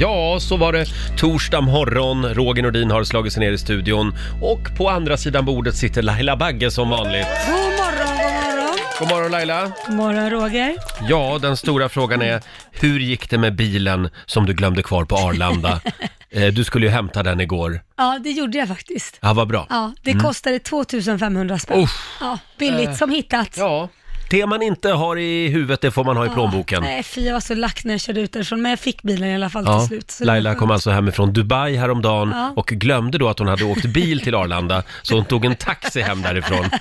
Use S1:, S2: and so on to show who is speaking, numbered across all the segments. S1: Ja, så var det torsdag morgon. Roger Nordin har slagit sig ner i studion. Och på andra sidan bordet sitter Laila Bagge som vanligt.
S2: God morgon, god morgon.
S1: God morgon Laila!
S2: God morgon Roger.
S1: Ja, den stora frågan är, hur gick det med bilen som du glömde kvar på Arlanda? Eh, Du skulle ju hämta den igår.
S2: Ja, det gjorde jag faktiskt.
S1: Ja, vad bra.
S2: Ja, det kostade 2500 spänn.
S1: Uff.
S2: Ja, billigt som hittat.
S1: Ja, det man inte har i huvudet, det får man ha i plånboken.
S2: Nej, fy jag var så lack när jag körde ut därifrån, men jag fick bilen i alla fall
S1: Ja,
S2: till slut. Så det var
S1: Laila
S2: skönt.
S1: kom alltså hemifrån Dubai häromdagen
S2: Ja.
S1: och glömde då att hon hade åkt bil till Arlanda, så hon tog en taxi hem därifrån. Ja,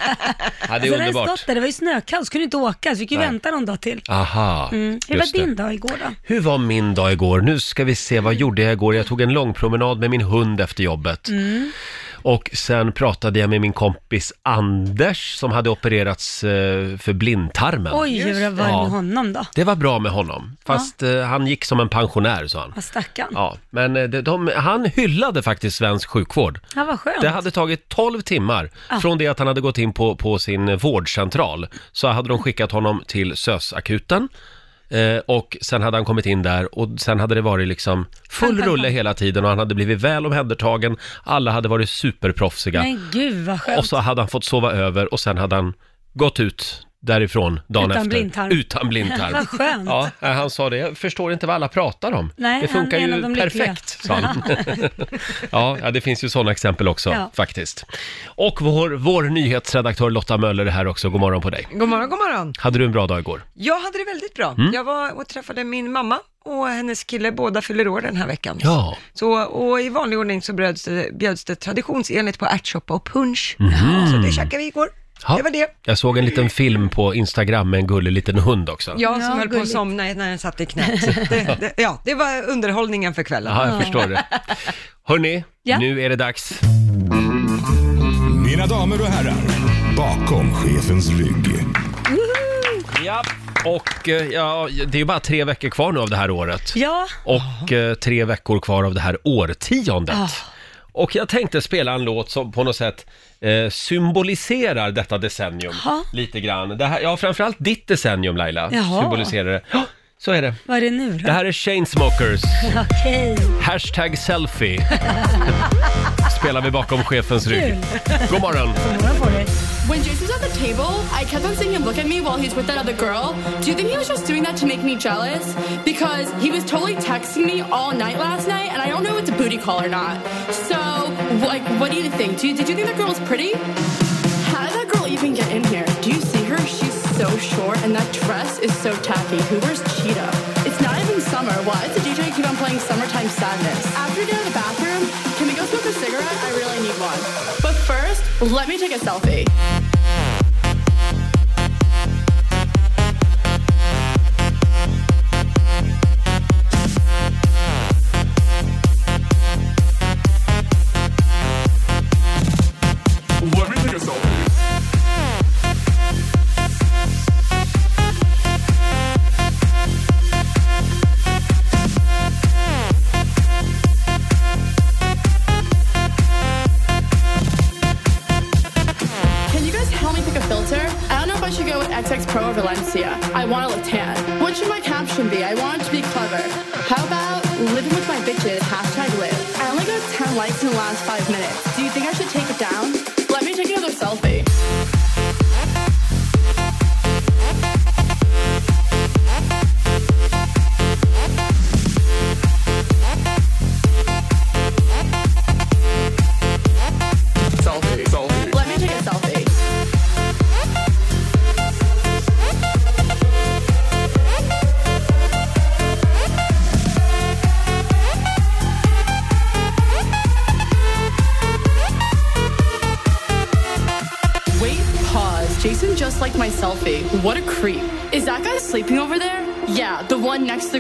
S1: det är
S2: Så den
S1: underbart.
S2: stått där, Alltså, det var ju snökallt, så kunde inte åka, så fick ju
S1: Nej.
S2: vänta någon dag till.
S1: Aha,
S2: Mm. Hur
S1: just
S2: var
S1: det.
S2: din dag igår då?
S1: Hur var min dag igår? Nu ska vi se, vad gjorde jag igår? Jag tog en lång promenad med min hund efter
S2: Mm.
S1: jobbet. Och sen pratade jag med min kompis Anders som hade opererats eh, för blindtarmen.
S2: Oj, hur var det
S1: Ja.
S2: med honom då?
S1: Det var bra med honom, fast eh, han gick som en pensionär sa han.
S2: Vad stackarn. Ja.
S1: Ja, men eh, de, de, han hyllade faktiskt svensk sjukvård.
S2: vad skönt.
S1: Det hade tagit 12 timmar
S2: Ah.
S1: från det att han hade gått in på, på sin vårdcentral. Så hade de skickat honom till SÖS-akuten. Eh, och sen hade han kommit in där och sen hade det varit liksom full rulle hela tiden och han hade blivit väl omhändertagen. Alla hade varit superproffsiga.
S2: Men gud vad
S1: Och
S2: skönt.
S1: så hade han fått sova över och sen hade han gått ut därifrån dagen
S2: Utan
S1: efter.
S2: blindtarm.
S1: Utan blindtarm.
S2: Vad skönt.
S1: Ja, eh, han sa det. Jag förstår inte vad alla pratar om.
S2: Nej,
S1: det funkar
S2: han är en
S1: ju
S2: av de lyckliga."
S1: perfekt, sa han. ja, ja, det finns ju sådana exempel också,
S2: Ja.
S1: faktiskt. Och vår, vår nyhetsredaktör Lotta Möller är här också. God morgon på dig.
S3: God morgon, god morgon.
S1: Hade du en bra dag igår?
S3: Jag hade det väldigt bra.
S1: Mm.
S3: Jag var och träffade min mamma och hennes kille, båda fyller år den här veckan.
S1: Ja.
S3: Så, och i vanlig ordning så bjöds det, bjöds det traditionsenligt på ärtsoppa och punsch.
S1: Mhm.
S3: Så det käkade vi igår.
S1: Ja.
S3: Det var det.
S1: Jag såg en liten film på Instagram med en gullig liten hund också.
S3: Jag som
S2: Ja,
S3: höll på att
S2: gulligt.
S3: somna när den satt i knät. det, det, ja, det var underhållningen för kvällen.
S1: Jaha, jag förstår det. Hörni,
S2: Ja.
S1: nu är det dags.
S4: Mina damer och herrar, bakom chefens rygg.
S1: Ja. Och eh, ja, det är ju bara tre veckor kvar nu av det här året.
S2: Ja,
S1: och eh, tre veckor kvar av det här årtiondet.
S2: Ah.
S1: Och jag tänkte spela en låt som på något sätt eh, symboliserar detta decennium
S2: Ha.
S1: lite grann. Det här, ja, framförallt ditt decennium Laila
S2: Jaha.
S1: symboliserar det. Ja, så är det.
S2: vad är det nu
S1: Det
S2: då?
S1: här är Chainsmokers,
S2: Okej.
S1: hashtag selfie. Spelar vi bakom chefens rygg.
S2: Kul.
S1: God morgon!
S2: God morgon på dig.
S5: When Jason's at the table, I kept on seeing him look at me while he's with that other girl. Do you think he was just doing that to make me jealous? Because he was totally texting me all night last night, and I don't know if it's a booty call or not. So, like, what do you think? Do you, did you think that girl was pretty? How did that girl even get in here? Do you see her? She's so short, and that dress is so tacky. Who wears cheetah? It's not even summer. Why does the DJ keep on playing Summertime Sadness? After we get out of the bathroom, can we go smoke a cigarette? I really need one. But first, let me take a selfie. Can you guys help me pick a filter? I don't know if I should go with XX Pro or Valencia. I want to look tan. What should my caption be? I want it to be clever. How about living with my bitches? Hashtag live. I only got 10 likes in the last five minutes. Do you think I should take it down? Let me take another selfie. Let me take a selfie. Wait, pause. Jason just liked my selfie. What a creep. Is that guy sleeping over there? Yeah, the one next to the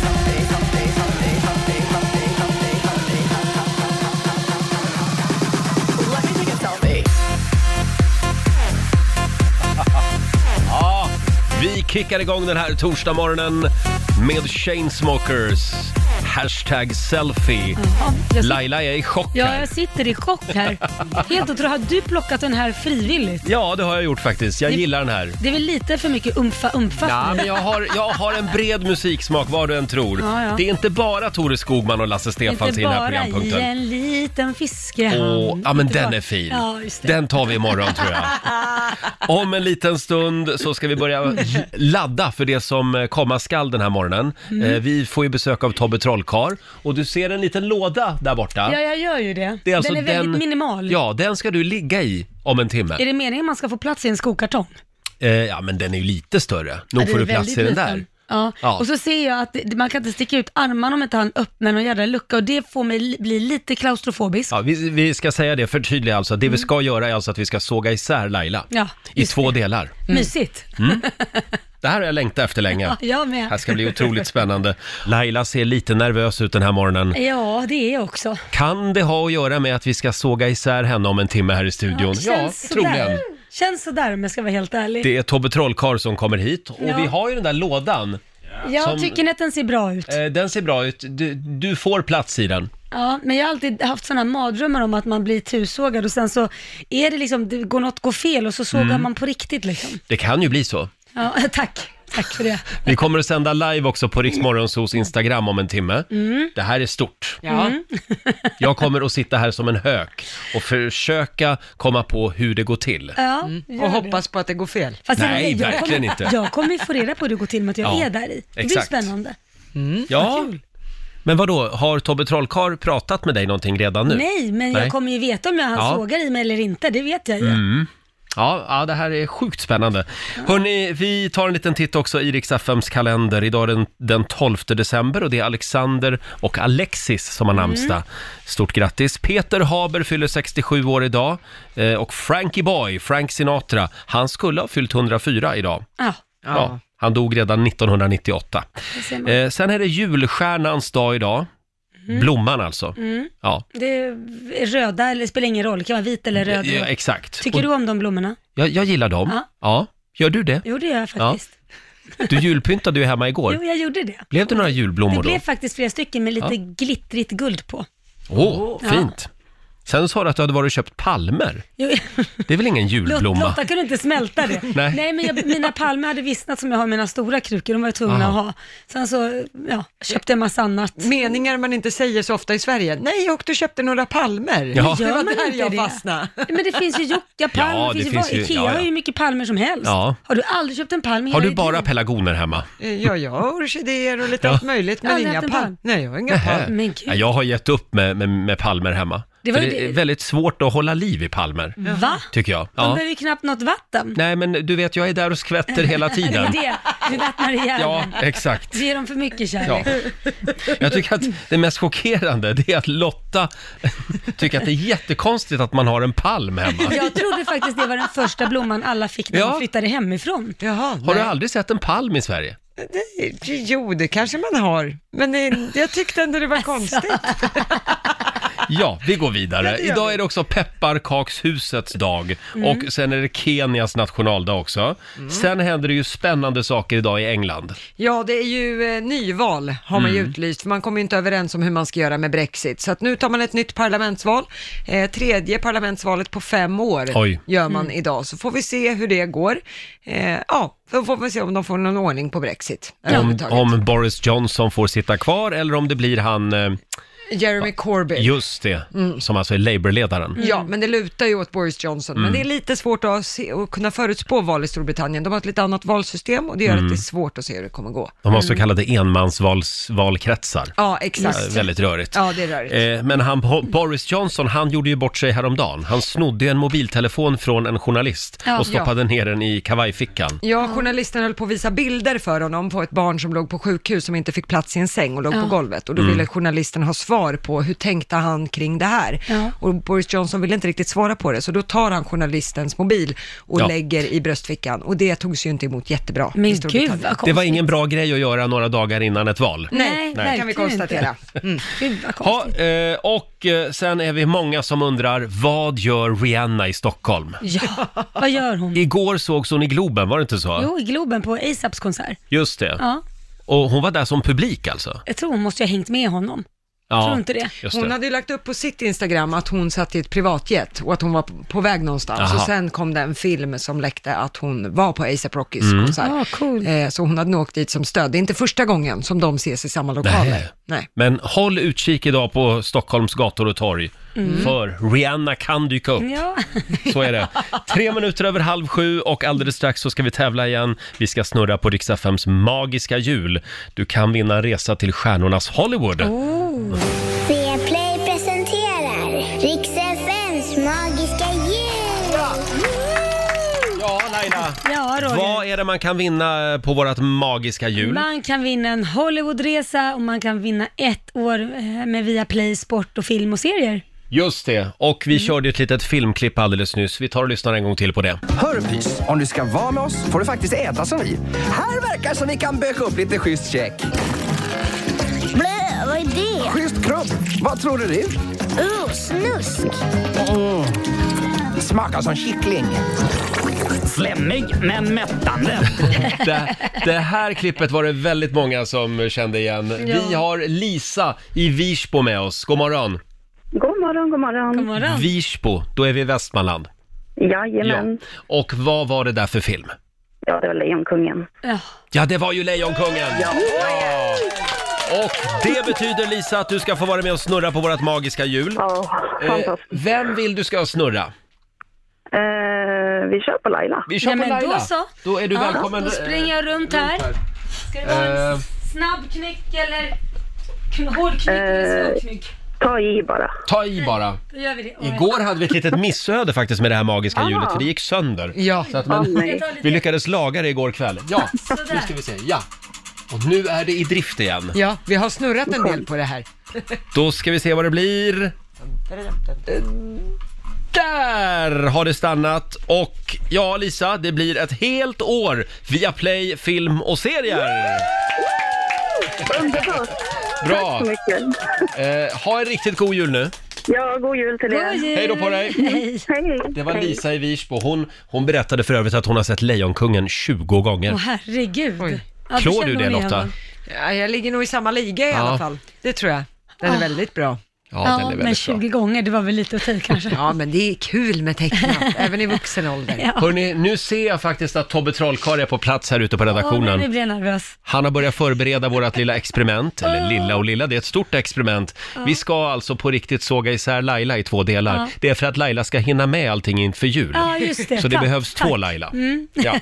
S5: selfie, selfie, selfie, selfie, selfie, selfie, selfie. Let me take a selfie.
S1: Vi kickar igång den här torsdagsmorgonen med Chainsmokers. Hashtag selfie.
S2: Mm. jag, sit-
S1: Laila är i chock
S2: ja,
S1: här.
S2: jag sitter i chock här. Helt otroligt. Har du plockat den här frivilligt?
S1: Ja, det har jag gjort faktiskt. Jag
S2: Det-
S1: gillar den här.
S2: Det är väl lite för mycket
S1: Ja,
S2: umfa-umfa för
S1: men
S2: mig?
S1: jag har, jag har en bred musiksmak, vad du än tror.
S2: Ja, ja.
S1: Det är inte bara Tore Skogman och Lasse Stefans
S2: Inte
S1: i den här
S2: bara i
S1: programpunkten.
S2: en liten fiskehamn.
S1: Åh, ja men
S2: Inte
S1: den
S2: bara-
S1: är fin.
S2: Ja, just det.
S1: Den tar vi imorgon tror jag. Om en liten stund så ska vi börja ladda för det som komma skall den här morgonen.
S2: Mm.
S1: Eh, Vi får ju besök av Tobbe Trollkarl och du ser en liten låda där borta.
S2: Ja, jag gör ju det.
S1: Det är alltså
S2: den är väldigt
S1: den-
S2: minimal.
S1: Ja, den ska du ligga i om en timme.
S2: Är det meningen man ska få plats i en skokartong?
S1: Eh, ja, men den är ju lite större. Nog
S2: Ja,
S1: får
S2: det
S1: du
S2: är
S1: plats i den
S2: väldigt
S1: där.
S2: liten. Ja.
S1: Ja.
S2: och så ser jag att det- man kan inte sticka ut armarna om inte han öppnar någon jävla lucka och det får mig li- bli lite klaustrofobisk.
S1: Ja, vi, vi ska säga det, förtydliga alltså. Det vi ska göra är alltså att vi ska såga isär Laila
S2: Mm. Ja,
S1: i
S2: just
S1: två delar. Mm.
S2: Mysigt.
S1: Det här har jag längtat efter länge.
S2: Ja, jag
S1: Det här
S2: med.
S1: ska bli otroligt spännande. Laila ser lite nervös ut den här morgonen.
S2: Ja, det är jag också.
S1: Kan det ha att göra med att vi ska såga isär henne om en timme här i studion?
S2: Känns sådär. Känns sådär om jag ska vara helt ärlig.
S1: Det är Tobbe Trollkarl som kommer hit och
S2: Ja.
S1: vi har ju den där lådan.
S2: jag
S1: som-
S2: tycker att den ser bra ut.
S1: Eh, Den ser bra ut. Du, du får plats i den.
S2: Ja, men jag har alltid haft sådana mardrömmar om att man blir tusågad och sen så är det liksom, det går något går fel och så sågar
S1: Mm.
S2: man på riktigt liksom.
S1: Det kan ju bli så.
S2: Ja, tack. Tack för det.
S1: Vi kommer att sända live också på Riksmorgonsos Instagram om en timme.
S2: Mm.
S1: Det här är stort.
S3: Ja.
S1: Jag kommer att sitta här som en hök och försöka komma på hur det går till.
S2: Ja,
S3: Mm. Och
S2: gör det.
S3: hoppas på att det går fel.
S2: Fast
S1: Nej,
S2: jag, jag
S1: verkligen
S2: kommer,
S1: inte.
S2: Jag kommer ju få reda på hur det går till med att jag
S1: Ja,
S2: är där i. Det blir
S1: exakt.
S2: spännande. Mm.
S1: Ja. Men vad då? har Tobbe Trollkarl pratat med dig någonting redan nu?
S2: Nej, men
S1: Nej.
S2: jag kommer ju veta om jag han
S1: Ja. Mm.
S2: sågar i mig eller inte, det vet jag ju.
S1: Ja, ja, det här är sjukt spännande. Hörni, vi tar en liten titt också i Rix FMs kalender. Idag är den, den 12 december och det är Alexander och Alexis som
S2: Mm.
S1: har namnsdag. Stort grattis! Peter Haber fyller 67 år idag eh, och Frankie Boy, Frank Sinatra, han skulle ha fyllt 104 idag.
S2: Ja,
S1: Ja. han dog redan 1998.
S2: det ser man.
S1: Eh, sen är det julstjärnans dag idag.
S2: Mm.
S1: Blomman alltså. Ja.
S2: Det är röda, eller det spelar ingen roll, det kan vara vit eller röd.
S1: ja, exakt.
S2: Tycker
S1: Och
S2: du om de blommorna?
S1: jag, jag gillar dem. Ja.
S2: Ja.
S1: Gör du det?
S2: Jo, det gör jag faktiskt.
S1: Du julpyntade ju hemma igår.
S2: Jo, jag gjorde det.
S1: Blev det några julblommor
S2: Det
S1: då?
S2: blev faktiskt flera stycken med lite glittrigt guld på.
S1: Åh, fint. Sen sa du att du hade varit och köpt palmer.
S2: Jo,
S1: Det är väl ingen
S2: Lot-
S1: julblomma?
S2: Lotta kunde inte smälta det.
S1: Nej.
S2: Nej, men jag, mina palmer hade vissnat som jag har mina stora krukor, de var jag tvungen
S1: Aha.
S2: att ha. Sen så, ja, köpte jag massa annat.
S3: Meningar man inte säger så ofta i Sverige. Nej, jag åkte och köpte några palmer.
S1: Ja.
S3: Det
S2: Gör
S3: var
S2: man
S3: där
S2: inte
S3: jag
S2: det?
S3: fastnade.
S2: Men det finns ju Jokka-palmer,
S1: Ja,
S2: det finns ju, vad- Ikea
S1: ja, ja.
S2: har ju hur mycket palmer som helst.
S1: Ja.
S2: Har du aldrig köpt en palm i
S1: Har
S2: hela
S1: du
S2: ditt
S1: bara
S2: liv?
S1: pelargoner hemma?
S3: Eh, Ja, jag har orkidéer och lite
S1: Ja.
S3: allt möjligt,
S2: Jag
S3: men
S2: har
S3: inga
S2: aldrig haft en
S3: palmer.
S2: palm.
S3: Nej, jag har inga palmer.
S2: Men gud.
S1: Ja, jag har gett upp med, med, med palmer hemma.
S2: Det
S1: Det,
S2: var ju
S1: det är
S2: det-
S1: väldigt svårt att hålla liv i palmer,
S2: Va?
S1: tycker jag.
S2: De
S1: Ja.
S2: behöver ju knappt något vatten.
S1: Nej, men du vet, jag är där och skvätter hela
S2: Det är
S1: tiden.
S2: det, du vattnar ihjäl
S1: Ja,
S2: dem.
S1: exakt.
S2: Du ger dem för mycket
S1: Ja.
S2: kärlek.
S1: Jag tycker att det mest chockerande det är att Lotta tycker att det är jättekonstigt att man har en palm hemma.
S2: Jag trodde faktiskt det var den första blomman alla fick när
S1: Ja.
S2: de flyttade hemifrån.
S3: Jaha,
S1: Har du
S3: nej.
S1: aldrig sett en palm i Sverige?
S3: Det, jo, det kanske man har, men det, jag tyckte ändå det var
S2: Alltså.
S3: konstigt.
S1: Ja, vi går vidare.
S3: det gör
S1: Idag
S3: vi. Mm.
S1: är det också pepparkakshusets dag och sen är det Kenias nationaldag också. Sen händer det ju spännande saker idag i England.
S3: Ja, det är ju eh, nyval har man ju
S1: Mm.
S3: utlyst, för man kommer ju inte överens om hur man ska göra med Brexit. Så att nu tar man ett nytt parlamentsval, eh, tredje parlamentsvalet på fem år
S1: Oj.
S3: gör man idag. Så får vi se hur det går. Eh, ja, så får vi se om de får någon ordning på Brexit.
S1: Om,
S3: överhuvudtaget.
S1: om Boris Johnson får sitta kvar eller om det blir han, eh,
S3: Jeremy Corbyn.
S1: just det,
S3: Mm.
S1: som alltså är Labour-ledaren.
S3: Ja, men det lutar ju åt Boris Johnson. Men det
S1: Mm.
S3: är lite svårt att, se, att kunna förutspå val i Storbritannien. De har ett lite annat valsystem och det gör att det är svårt att se hur det kommer gå.
S1: Mm.
S3: Mm.
S1: De har så kallade enmansvalkretsar.
S3: Ja, exakt.
S1: Eh, Väldigt rörigt.
S3: Ja, det är rörigt.
S1: Eh, men han, Bo- Boris Johnson, han gjorde ju bort sig häromdagen. Han snodde ju en mobiltelefon från en journalist
S2: Ja.
S1: och stoppade ner den i kavajfickan.
S3: Ja, journalisten höll på att visa
S1: Mm.
S3: bilder för honom på ett barn som låg på sjukhus som inte fick plats i en säng och låg på golvet. Och då ville journalisten ha svar svar på hur tänkte han kring det här?
S2: Ja.
S3: Och Boris Johnson vill inte riktigt svara på det, så då tar han journalistens mobil och
S1: Ja.
S3: lägger i bröstfickan. Och det togs ju inte emot jättebra i
S2: Men gud
S3: Storbritannien.
S2: vad konstigt.
S1: Det var ingen bra grej att göra några dagar innan ett val.
S3: Nej, det kan vi
S2: verkligen inte.
S3: konstatera. Mm.
S2: Gud vad
S1: Ha,
S2: konstigt.
S1: eh, och eh, sen är vi många som undrar, vad gör Rihanna i Stockholm?
S2: Ja, vad gör hon?
S1: Igår sågs hon i Globen, var det inte så?
S2: Jo, i Globen på ASAPs konsert.
S1: Just det.
S2: Ja,
S1: Och hon var där som publik alltså?
S2: jag tror hon måste ju ha hängt med honom.
S1: Ja,
S2: Tror inte det.
S1: Just
S3: Hon
S1: det.
S3: hade ju lagt upp på sitt Instagram att hon satt i ett privatjet och att hon var på- på väg någonstans.
S1: Aha.
S3: Och sen kom det en film som läckte att hon var på ASAP Rockys
S1: Mm.
S3: konsert.
S2: Ah, cool.
S3: Eh, Så hon hade nog åkt dit som stöd. Det är inte första gången som de ses i samma lokaler.
S1: Nej.
S3: Nej.
S1: Men håll utkik idag på Stockholms gator och torg. För Rihanna kan dyka upp,
S2: Ja,
S1: så är det. Tre minuter över halv sju och alldeles strax så ska vi tävla igen. Vi ska snurra på Rix FMs magiska hjul. Du kan vinna en resa till stjärnornas Hollywood.
S6: Play presenterar Rix FMs magiska jul!
S1: Ja, Laila.
S2: ja
S1: Vad
S2: Roger.
S1: är det man kan vinna eh, på vårt magiska hjul?
S2: Man kan vinna en Hollywoodresa och man kan vinna ett år eh, med Viaplay sport och film och serier.
S1: Just det. Och vi körde ett litet filmklipp alldeles nyss. Vi tar och lyssnar en gång till på det.
S7: Hörru pys, om du ska vara med oss får du faktiskt äta som vi. Här verkar som vi kan böka upp lite schysst check.
S6: Blä, vad är det?
S7: Schysst krubb. Vad tror du det?
S6: Oh, snusk!
S7: Smakar som kyckling.
S8: Slemmig men mättande.
S1: Det, det här klippet var det väldigt många som kände igen. Vi har Lisa i Virsbo med oss. God morgon.
S9: God morgon, god morgon.
S2: God morgon.
S1: Virsbo, då är vi i Västmanland.
S9: Jajamän.
S1: Och vad var det där för film?
S9: Ja. det var Lejonkungen.
S2: Ja.
S1: Ja, det var ju Lejonkungen! Ja. Och det betyder Lisa att du ska få vara med och snurra på vårt magiska hjul.
S9: Ja,
S1: Eh,
S9: fantastiskt.
S1: vem vill du ska snurra?
S9: Eh, vi kör på Laila.
S1: Vi kör
S2: Ja,
S1: på
S2: men
S1: Laila.
S2: då så.
S1: Då är du
S2: ja,
S1: välkommen.
S2: Då springer jag runt här. Ska det vara en
S1: Eh.
S2: snabb knäck eller kn- hård knäck eller svag knäck?
S9: Eh, Ta i bara.
S1: Ta i bara.
S2: Då gör vi det. Oj.
S1: Igår hade vi ett litet missöde faktiskt med det här magiska
S9: Ah.
S1: hjulet, för det gick sönder.
S3: Ja.
S1: Så att, men,
S2: Jag tar lite-
S1: vi lyckades laga det igår kväll. Ja,
S2: Sådär.
S1: nu ska vi se. Ja. Och nu är det i drift igen.
S3: Ja, vi har snurrat en del på det här.
S1: Då ska vi se vad det blir. Eh, Där har det stannat och ja Lisa, det blir ett helt år via play, film och serier.
S9: Underbart.
S1: Bra!
S9: Så mycket.
S1: Eh, ha en riktigt god jul nu.
S9: Ja, god jul till
S2: God
S9: er.
S2: jul.
S1: Hej då på dig.
S2: Hej.
S9: Hej.
S1: Det var
S9: Hej.
S1: Lisa i Virsbo. Hon, hon berättade för övrigt att hon har sett Lejonkungen 20 gånger.
S2: Åh herregud.
S3: Oj.
S2: Ja,
S1: Klår du
S2: känner
S1: det
S2: hon igen
S1: Lotta?
S2: honom.
S3: Ja, jag ligger nog i samma liga i
S1: Ja.
S3: alla fall. Det tror jag. Den är väldigt bra.
S2: Ja, men 20 gånger, det var väl lite att ta i kanske.
S3: Ja, men det är kul med tecknat, även i vuxen ålder.
S2: Ja.
S1: Hörrni, nu ser jag faktiskt att Tobbe Trollkarl är på plats här ute på
S2: Åh,
S1: redaktionen.
S2: nu blir jag nervös.
S1: Han har börjat förbereda vårt lilla experiment,
S2: Ah.
S1: eller lilla och lilla, det är ett stort experiment. Vi ska alltså på riktigt såga isär Laila i två delar.
S2: Ja.
S1: Det är för att Laila ska hinna med allting inför jul.
S2: Ja, Ah. just det.
S1: Så det
S2: Tack,
S1: behövs
S2: tack. Mm.
S1: två Laila. Ja.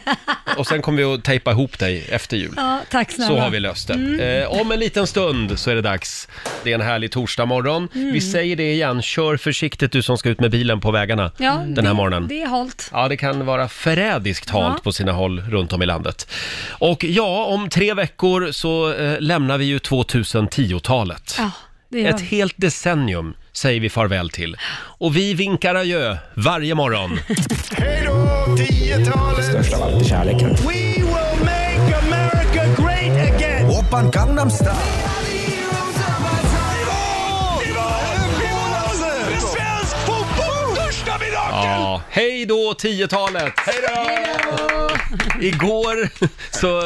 S1: Och sen kommer vi att tejpa ihop dig efter jul.
S2: Ja, tack Ah, snälla. Mm.
S1: Så har vi löst det. Eh, om en liten stund så är det dags. Det är en härlig torsdagmorgon.
S2: Mm.
S1: Vi säger det igen, kör försiktigt du som ska ut med bilen på vägarna
S2: ja,
S1: den här
S2: det,
S1: morgonen.
S2: Det är halt.
S1: Ja, det kan vara förrädiskt halt
S2: Ja.
S1: på sina håll runt om i landet. Och ja, om tre veckor så eh, lämnar vi ju 2010-talet.
S2: Ja, det gör
S1: Ett
S2: vi.
S1: helt decennium säger vi farväl till. Och vi vinkar adjö varje morgon.
S4: Hej då, 10-talet!
S7: Störst av allt är kärleken.
S4: We will make America great again!
S7: Oppan Gangnam Style.
S4: Svensk fotbolls största mirakel!
S1: Ja, hej då 10-talet! Hej då! Igår så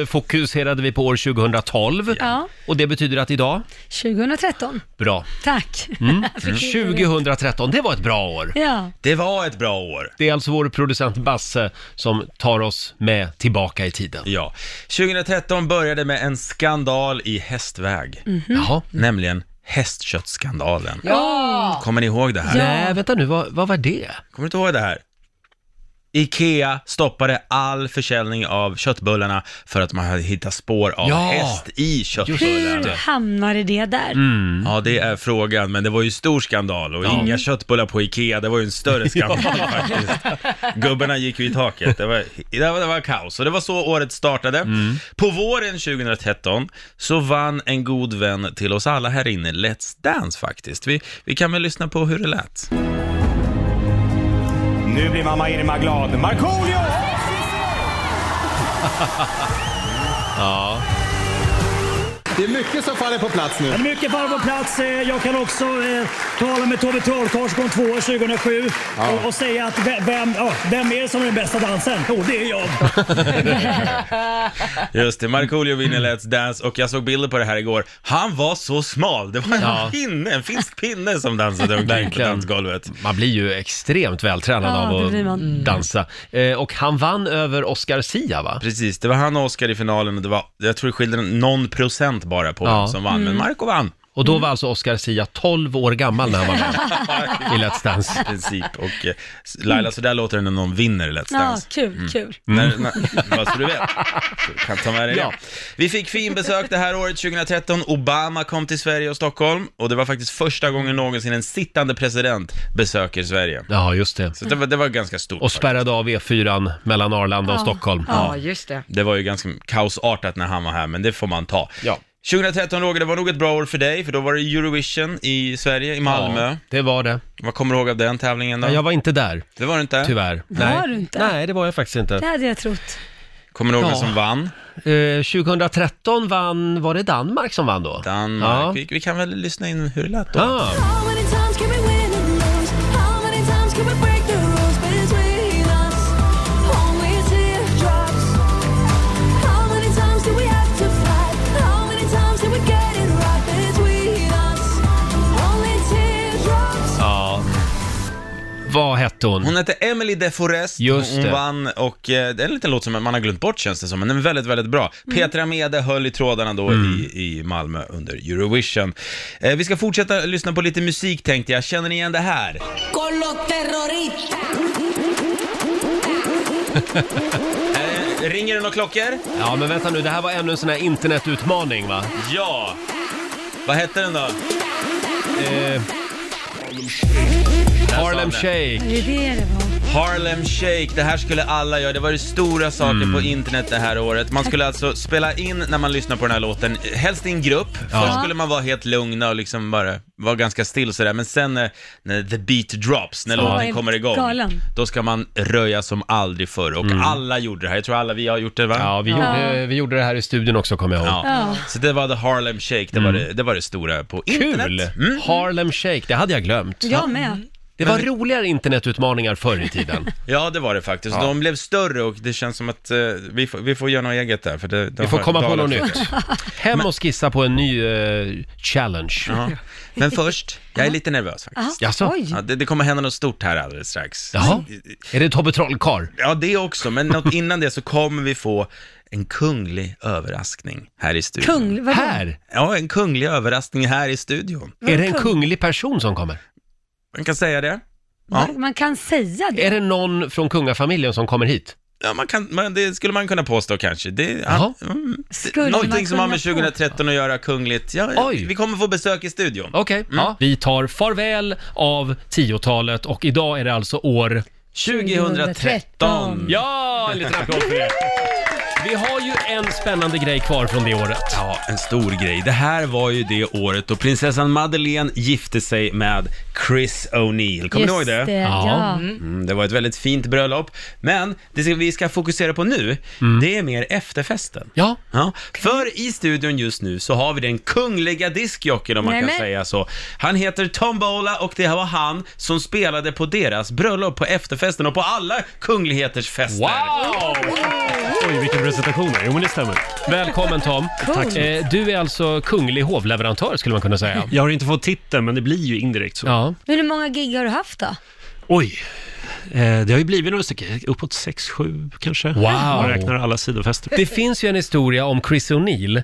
S1: eh, fokuserade vi på år 2012
S2: Ja.
S1: och det betyder att idag,
S2: 2013.
S1: bra.
S2: Tack.
S1: Mm. 2013, det var ett bra år.
S2: Ja,
S1: Det var ett bra år. Det är alltså vår producent Basse som tar oss med tillbaka i tiden.
S10: Ja. 2013 började med en skandal i hästväg,
S1: Mm. Jaha.
S10: nämligen hästköttskandalen.
S3: Ja!
S10: Kommer ni ihåg det här?
S1: Nej, vänta nu, vad, vad var det?
S10: Kommer du inte ihåg det här? Ikea stoppade all försäljning av köttbullarna för att man hade hittat spår av
S2: Ja,
S10: häst i köttbullarna.
S2: Hur hamnade det där?
S10: Mm. Ja, det är frågan, men det var ju stor skandal och
S2: Ja.
S10: inga köttbullar på Ikea, det var ju en större skandal faktiskt. Gubbarna gick ju i taket, det var, det, var, det var kaos och det var så året startade. På våren 2013 så vann en god vän till oss alla här inne Let's Dance faktiskt. Vi, vi kan väl lyssna på hur det lät.
S11: Nu blir mamma Irma glad. Markoolio!
S10: Ja.
S12: Det är mycket som faller på plats nu.
S13: Ja, det är mycket fall på plats. Eh, Jag kan också eh, tala med Tobbe Trollkarls som kom två år 2007
S12: Ja.
S13: och, och säga att ve- vem, ja, vem är det som är den bästa dansen? Jo, det är jag.
S10: Just det, Markoolio vinner Let's Dance och jag såg bilder på det här igår. Han var så smal, det var en
S1: Ja.
S10: pinne, en finsk pinne som dansade omkring på
S1: Verkligen.
S10: dansgolvet.
S1: Man blir ju extremt vältränad
S10: Ja, det
S1: av
S10: blir
S1: att
S10: man.
S1: dansa. Eh, och han vann över Oscar Sia va?
S10: Precis, det var han och Oscar i finalen och det var, jag tror det skilde någon procent bara på vem som vann, men Marco vann.
S1: Och då var alltså Oscar Sia 12 år gammal när han var med i Let's Dance.
S10: princip. Och eh, Laila, så där låter det när någon vinner i Let's
S2: Ja,
S10: Dance. Mm.
S2: kul, kul.
S10: När, när, bara så du vet. Du kan ta med dig
S2: Ja.
S10: det. Vi fick fin besök det här året, 2013. Obama kom till Sverige och Stockholm. Och det var faktiskt första gången någonsin en sittande president besöker Sverige.
S1: Ja, just det.
S10: Så det var, det var ganska stort.
S1: Och spärrade av E4 mellan Arlanda och
S10: Ja.
S1: Stockholm.
S3: Ja, just det.
S10: Det var ju ganska kaosartat när han var här, men det får man ta. 2013 Roger, det var nog ett bra år för dig, för då var det Eurovision i Sverige, i Malmö.
S1: det var det.
S10: Vad kommer du ihåg av den tävlingen då?
S1: Nej, jag var inte där.
S10: Det var du inte?
S1: Tyvärr.
S2: Var du inte?
S1: Nej, det var jag faktiskt inte.
S2: Det hade jag trott.
S10: Kommer du ihåg vem
S1: Ja.
S10: som vann?
S1: Eh, 2013 vann, var det Danmark som vann då?
S10: Danmark. Vi, vi kan väl lyssna in hur det lät då.
S1: Ah.
S10: Ja.
S1: Vad hette hon?
S10: Hon hette Emily de Forest.
S1: Just
S10: hon
S1: det.
S10: vann och eh, det är en liten låt som man har glömt bort känns det som, men den är väldigt, väldigt bra.
S2: Mm.
S10: Petra Mede höll i trådarna då
S1: Mm.
S10: i, i Malmö under Eurovision. Eh, vi ska fortsätta lyssna på lite musik tänkte jag. Känner ni igen det här?
S14: Con los terroristas.
S10: Eh, ringer det några klockor?
S1: Ja, men vänta nu, det här var ännu en sån här internetutmaning va?
S10: Ja! Vad hette den då?
S1: Eh, Harlem Shake.
S2: Det är det det var.
S10: Harlem Shake, det här skulle alla göra. Det var det stora saker
S1: Mm.
S10: på internet det här året. Man skulle alltså spela in när man lyssnar på den här låten, helst i en grupp.
S1: Ja.
S10: Först skulle man vara helt lugna och liksom bara vara ganska still sådär. Men sen när, när the beat drops, när
S2: Så var
S10: låten
S2: jag
S10: kommer igång,
S2: galen.
S10: då ska man röja som aldrig förr. Och alla gjorde det här. Jag tror alla vi har gjort det va?
S1: Mm. Ja, vi, Gjorde, vi gjorde det här i studion också kommer jag ihåg.
S2: Ja.
S10: Så det var the Harlem Shake, det, var, det, det var det stora på internet.
S1: Mm.
S10: Mm.
S1: Kul! Harlem Shake, det hade jag glömt.
S2: Jag med.
S1: Det var roligare internetutmaningar förr i tiden.
S10: Ja, det var det faktiskt.
S1: Ja.
S10: De blev större och det känns som att eh, vi, får, vi får göra något eget där. För det, de
S1: Vi får
S10: har
S1: komma på
S10: dalat
S1: något
S10: lite.
S1: nytt. Hem och skissa på en ny eh, challenge.
S10: Ja. Men först, jag är lite nervös faktiskt.
S1: Ja. Jaså? Oj.
S10: Ja, det, det kommer hända något stort här alldeles strax.
S1: Jaha. Är det Tobbe Trollkarl?
S10: Ja, det också, men något innan det så kommer vi få en kunglig överraskning här i studion.
S2: Kung, vadå? Här?
S10: Ja, en kunglig överraskning här i studion.
S2: Vad Är det en kung?
S1: kunglig person som kommer?
S10: Man kan säga det.
S2: Man, man kan säga det.
S1: Är det någon från kungafamiljen som kommer hit?
S10: Ja, man kan, man, det skulle man kunna påstå kanske. Det, han, mm, det-
S2: Skulle man
S10: någonting som har med
S2: kunna
S10: 2013 att göra, kungligt. Ja,
S1: Oj.
S10: Vi kommer få besök i studion. Mm.
S1: Okej, ja. vi tar farväl av 10-talet och idag är det alltså år...
S10: 2013.
S1: Ja, en liten applåd för det. Vi har ju en spännande grej kvar från det året.
S10: Ja, en stor grej. Det här var ju det året då prinsessan Madeleine gifte sig med Chris O'Neill. Kommer
S1: Just
S10: ni ihåg det?
S1: det, ja.
S10: Mm, det var ett väldigt fint bröllop. Men det ska- vi ska fokusera på nu, det är mer efterfesten.
S1: Mm. Ja.
S10: För i studion just nu så har vi den kungliga diskjocken om man
S1: Nej,
S10: kan
S1: men-
S10: säga så. Han heter Tombola och det var han som spelade på deras bröllop på efterfesten och på alla kungligheters fester.
S15: Oj, vilken presentation. Jo, men det stämmer.
S1: Välkommen Tom.
S15: Cool. Tack.
S1: Eh, du är alltså kunglig hovleverantör skulle man kunna säga.
S15: Jag har inte fått titeln, men det blir ju indirekt så.
S1: Ja.
S2: Men hur många gig har du haft då?
S15: Oj. Eh, Det har ju blivit några stycken, uppåt 6-7 kanske.
S1: Wow.
S15: Om man räknar alla sidofester.
S1: Det finns ju en historia om Chris O'Neill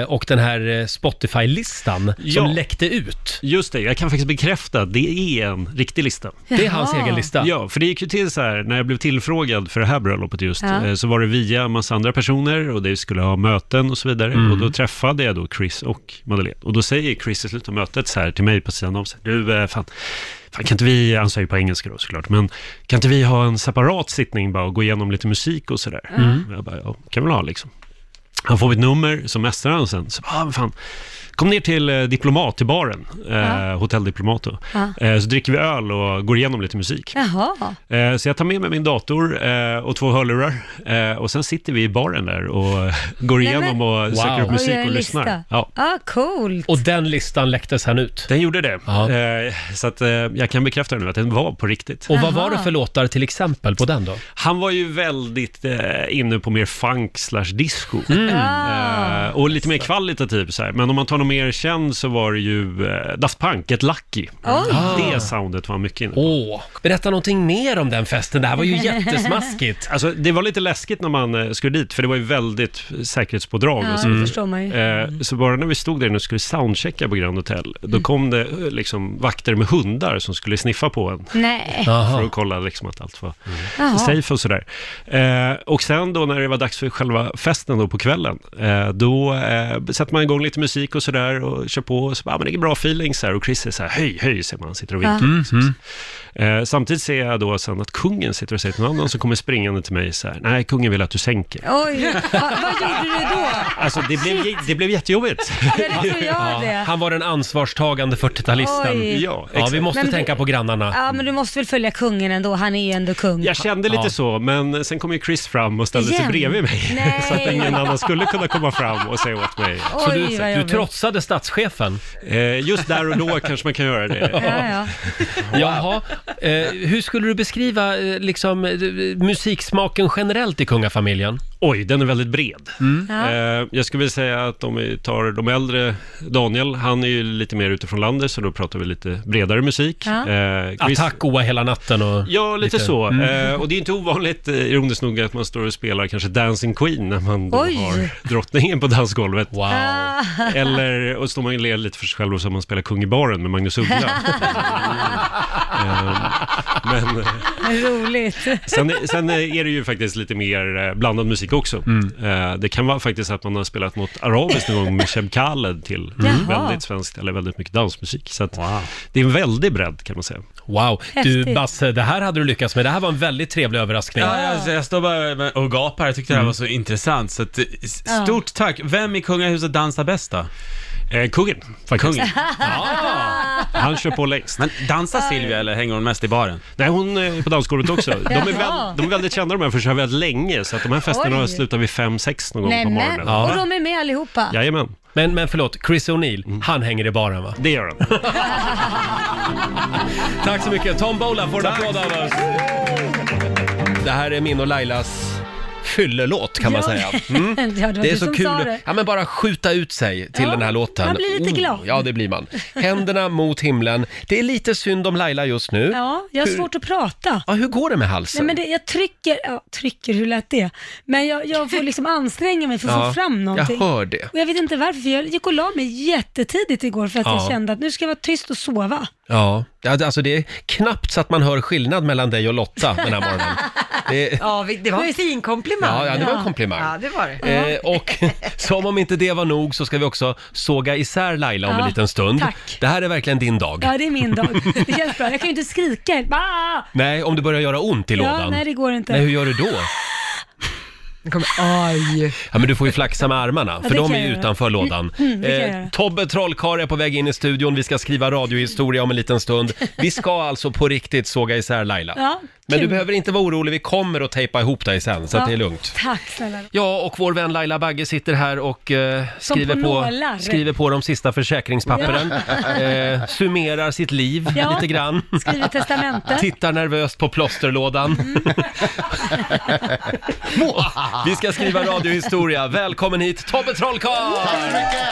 S1: eh, och den här eh, Spotify-listan som
S15: Ja.
S1: läckte ut.
S15: Just det, jag kan faktiskt bekräfta att det är en riktig lista.
S1: Det är hans Jaha. egen lista.
S15: Ja, för det gick ju till så här, när jag blev tillfrågad för det här bröllopet just,
S1: Ja.
S15: eh, så var det via massa andra personer och det skulle ha möten och så vidare.
S1: Mm.
S15: Och då träffade jag då Chris och Madeleine. Och då säger Chris i slutet av mötet så här till mig på sidan om, så här, du, eh, fan, fan, kan inte vi, han säger ju på engelska då såklart, men kan inte vi ha en separat sittning bara och gå igenom lite musik och sådär?
S1: Mm.
S15: Jag bara, ja, kan väl ha liksom. Han får mitt nummer, så mästrar han sen. Så, bara, ah, men fan. Kom ner till eh, Diplomat, till baren. Eh,
S2: Ja.
S15: Hotell Diplomat då.
S2: Ja.
S15: Eh, så dricker vi öl och går igenom lite musik.
S2: Jaha.
S15: Eh, så jag tar med mig min dator eh, och två hörlurar. Eh, och sen sitter vi i baren där och eh, går
S2: Nej,
S15: igenom
S2: men-
S15: och söker upp musik och, lyssnar. Ja.
S2: Ah, coolt.
S1: Och den listan läcktes han ut.
S15: Den gjorde det. Eh, så att, eh, jag kan bekräfta nu att den var på riktigt.
S1: Och vad var det för låtar till exempel på den då?
S15: Han var ju väldigt eh, inne på mer funk slash disco.
S1: Ah.
S15: Eh, och lite mer kvalitativ så här. Men om man tar någon mer känd så var det ju eh, Daft Punk, Get Lucky.
S1: Oj.
S15: Det soundet var han mycket inne på.
S1: Ah. Åh, berätta någonting mer om den festen. Det här var ju jättesmaskigt.
S15: Alltså, det var lite läskigt när man eh, skulle dit, för det var ju väldigt eh, säkerhetspådrag.
S2: Ja,
S15: och så
S2: det
S15: vidare.
S2: förstår man ju.
S15: Eh, så bara när vi stod där inne och skulle soundchecka på Grand Hotel,
S2: Mm.
S15: då kom det eh, liksom vakter med hundar som skulle sniffa på en.
S2: Nej. Mm.
S15: För att kolla liksom att allt var
S2: Jaha.
S15: safe och sådär. Eh, och sen då när det var dags för själva festen då på kvällen, eh, då eh, sätter man igång lite musik och sådär och kör på och så bara, ah, men det är bra feeling så här. Och Chris är så här, höj, höj, ser man, sitter och
S2: Ja.
S15: vinkar. liksom. Eh, samtidigt ser jag då sen att kungen sitter och säger till någon annan som kommer springande till mig så här, nej, kungen vill att du sänker.
S2: Oj, Va, vad gjorde du då?
S15: Alltså det blev, det blev jättejobbigt.
S2: Ah, Ja, det tror jag det.
S1: Han var den ansvarstagande 40-talisten.
S2: Oj.
S15: Ja,
S1: ja, vi
S15: exakt.
S1: måste
S2: Men du-
S1: tänka på grannarna.
S2: Ja, men du måste väl följa kungen ändå? Han är ju ändå kung.
S15: Jag kände lite så, men sen kom ju Chris fram och ställde sig
S2: Igen?
S15: bredvid mig.
S2: Nej.
S15: Så att ingen annan skulle kunna komma fram och säga åt mig. Eh,
S2: Så Oj, du- vad du jobbigt.
S1: trotsade statschefen?
S15: just där och då kanske man kan göra det.
S2: Ja, ja.
S1: Jaha, eh, hur skulle du beskriva eh, liksom, eh, musiksmaken generellt i kungafamiljen?
S15: Oj, den är väldigt bred.
S1: Mm.
S2: Ja.
S15: Eh, Jag skulle vilja säga att om vi tar de äldre, Daniel, han är ju lite mer utifrån landet, så då pratar vi lite bredare musik.
S1: Ja.
S15: Eh, Chris-
S1: Attack, Oa hela natten och...
S15: Ja, lite,
S1: lite-
S15: så.
S1: Mm.
S15: Eh, och det är inte ovanligt, eh, ironiskt nog, att man står och spelar kanske Dancing Queen när man då
S2: Oj.
S15: har drottningen på dansgolvet.
S2: Ah.
S15: Eller, och står man och ler lite för sig själv och så har man spelar Kung i baren med Magnus Uggla. Eh, Men eh,
S2: Roligt.
S15: sen, sen eh, är det ju faktiskt lite mer eh, blandad musik också.
S1: Mm.
S15: Eh, Det kan vara faktiskt att man har spelat något arabiskt någon gång med Sheb Khaled till
S1: Mm. Jaha.
S15: väldigt svenskt, eller väldigt mycket dansmusik. Så att det är en väldig bredd kan man säga.
S1: Wow, du
S15: Häftigt.
S1: Basse, det här hade du lyckats med. Det här var en väldigt trevlig överraskning. Mm.
S10: Ja, jag, jag står bara med- och gapar. Jag tyckte det här var så intressant. Så att, eh, s- stort tack. Vem i kungahuset dansar bäst då?
S15: Eh, kungen, faktiskt.
S10: Kungen.
S15: Han kör på längst.
S10: Men dansar Silvia eller hänger hon mest i baren?
S15: Nej, hon är på dansgolvet också. De är,
S2: Jaha.
S15: väl, de är väldigt kända de här, för så här väldigt länge, så att de här festerna
S2: Oj.
S15: slutar vid fem sex någon gång
S2: Nej,
S15: på
S2: men.
S15: morgonen.
S2: Och de är med allihopa.
S15: Jajamän.
S1: Men, men förlåt, Chris O'Neill, han hänger i baren va?
S15: Mm. Det gör han.
S1: Tack så mycket. Tom Bola får en applåd av oss. Det här är min och Lailas fyllelåt kan man
S2: Ja.
S1: säga. Mm.
S2: Ja, det var
S1: det är
S2: du
S1: så
S2: som
S1: kul
S2: sa
S1: att
S2: det.
S1: ja, men bara skjuta ut sig till
S2: Ja,
S1: den här låten. Mm.
S2: man blir lite glad.
S1: ja, det blir man. Händerna mot himlen. Det är lite synd om Laila just nu.
S2: Ja, jag har
S1: Hur-
S2: svårt att prata.
S1: Ja, hur går det med halsen?
S2: Nej, men det, jag trycker, ja, trycker, hur lät det? Men jag, jag får liksom anstränga mig för att
S1: Ja,
S2: få fram någonting.
S1: jag hör det.
S2: Och jag vet inte varför, för jag gick och la mig jättetidigt igår för att
S1: Ja.
S2: jag kände att nu ska jag vara tyst och sova.
S1: Ja, Ja, alltså det är knappt så att man hör skillnad mellan dig och Lotta den här morgonen. Det...
S3: Ja, vi- det var en fin komplimang.
S1: Eh. Ja, ja, det var en komplimang.
S3: Ja, det var det.
S1: Eh, och som om inte det var nog så ska vi också såga isär Laila om
S2: Ja,
S1: en liten stund.
S2: tack.
S1: Det här är verkligen din dag.
S2: Ja, det är min dag. Det känns bra. Jag kan ju inte skrika helt. Ah!
S1: Nej, om det börjar göra ont i
S2: Ja,
S1: lådan.
S2: nej, det går inte.
S1: Nej, hur gör du då?
S3: Kommer, aj.
S1: Ja, men du får ju flaxa med armarna,
S2: Ja,
S1: för
S2: det
S1: de
S2: kan
S1: är ju
S2: jag göra.
S1: utanför lådan. Eh,
S2: Mm, mm, det kan jag göra.
S1: Tobbe Trollkarl är på väg in i studion. Vi ska skriva radiohistoria om en liten stund. Vi ska alltså på riktigt såga isär Laila.
S2: Ja,
S1: men du
S2: kul.
S1: behöver inte vara orolig, vi kommer att tejpa ihop dig sen, så att
S2: Ja,
S1: det är lugnt.
S2: Tack snälla.
S1: Ja, och vår vän Laila Bagge sitter här och eh,
S2: Som
S1: skriver,
S2: på
S1: på
S2: nålar.
S1: skriver på de sista försäkringspapperen.
S2: Ja.
S1: Eh, summerar sitt liv
S2: Ja.
S1: lite grann.
S2: Skriver testamente.
S1: Tittar nervöst på plåsterlådan. Vi ska skriva radiohistoria. Välkommen hit Tobbe Trollkarl! Tack så mycket!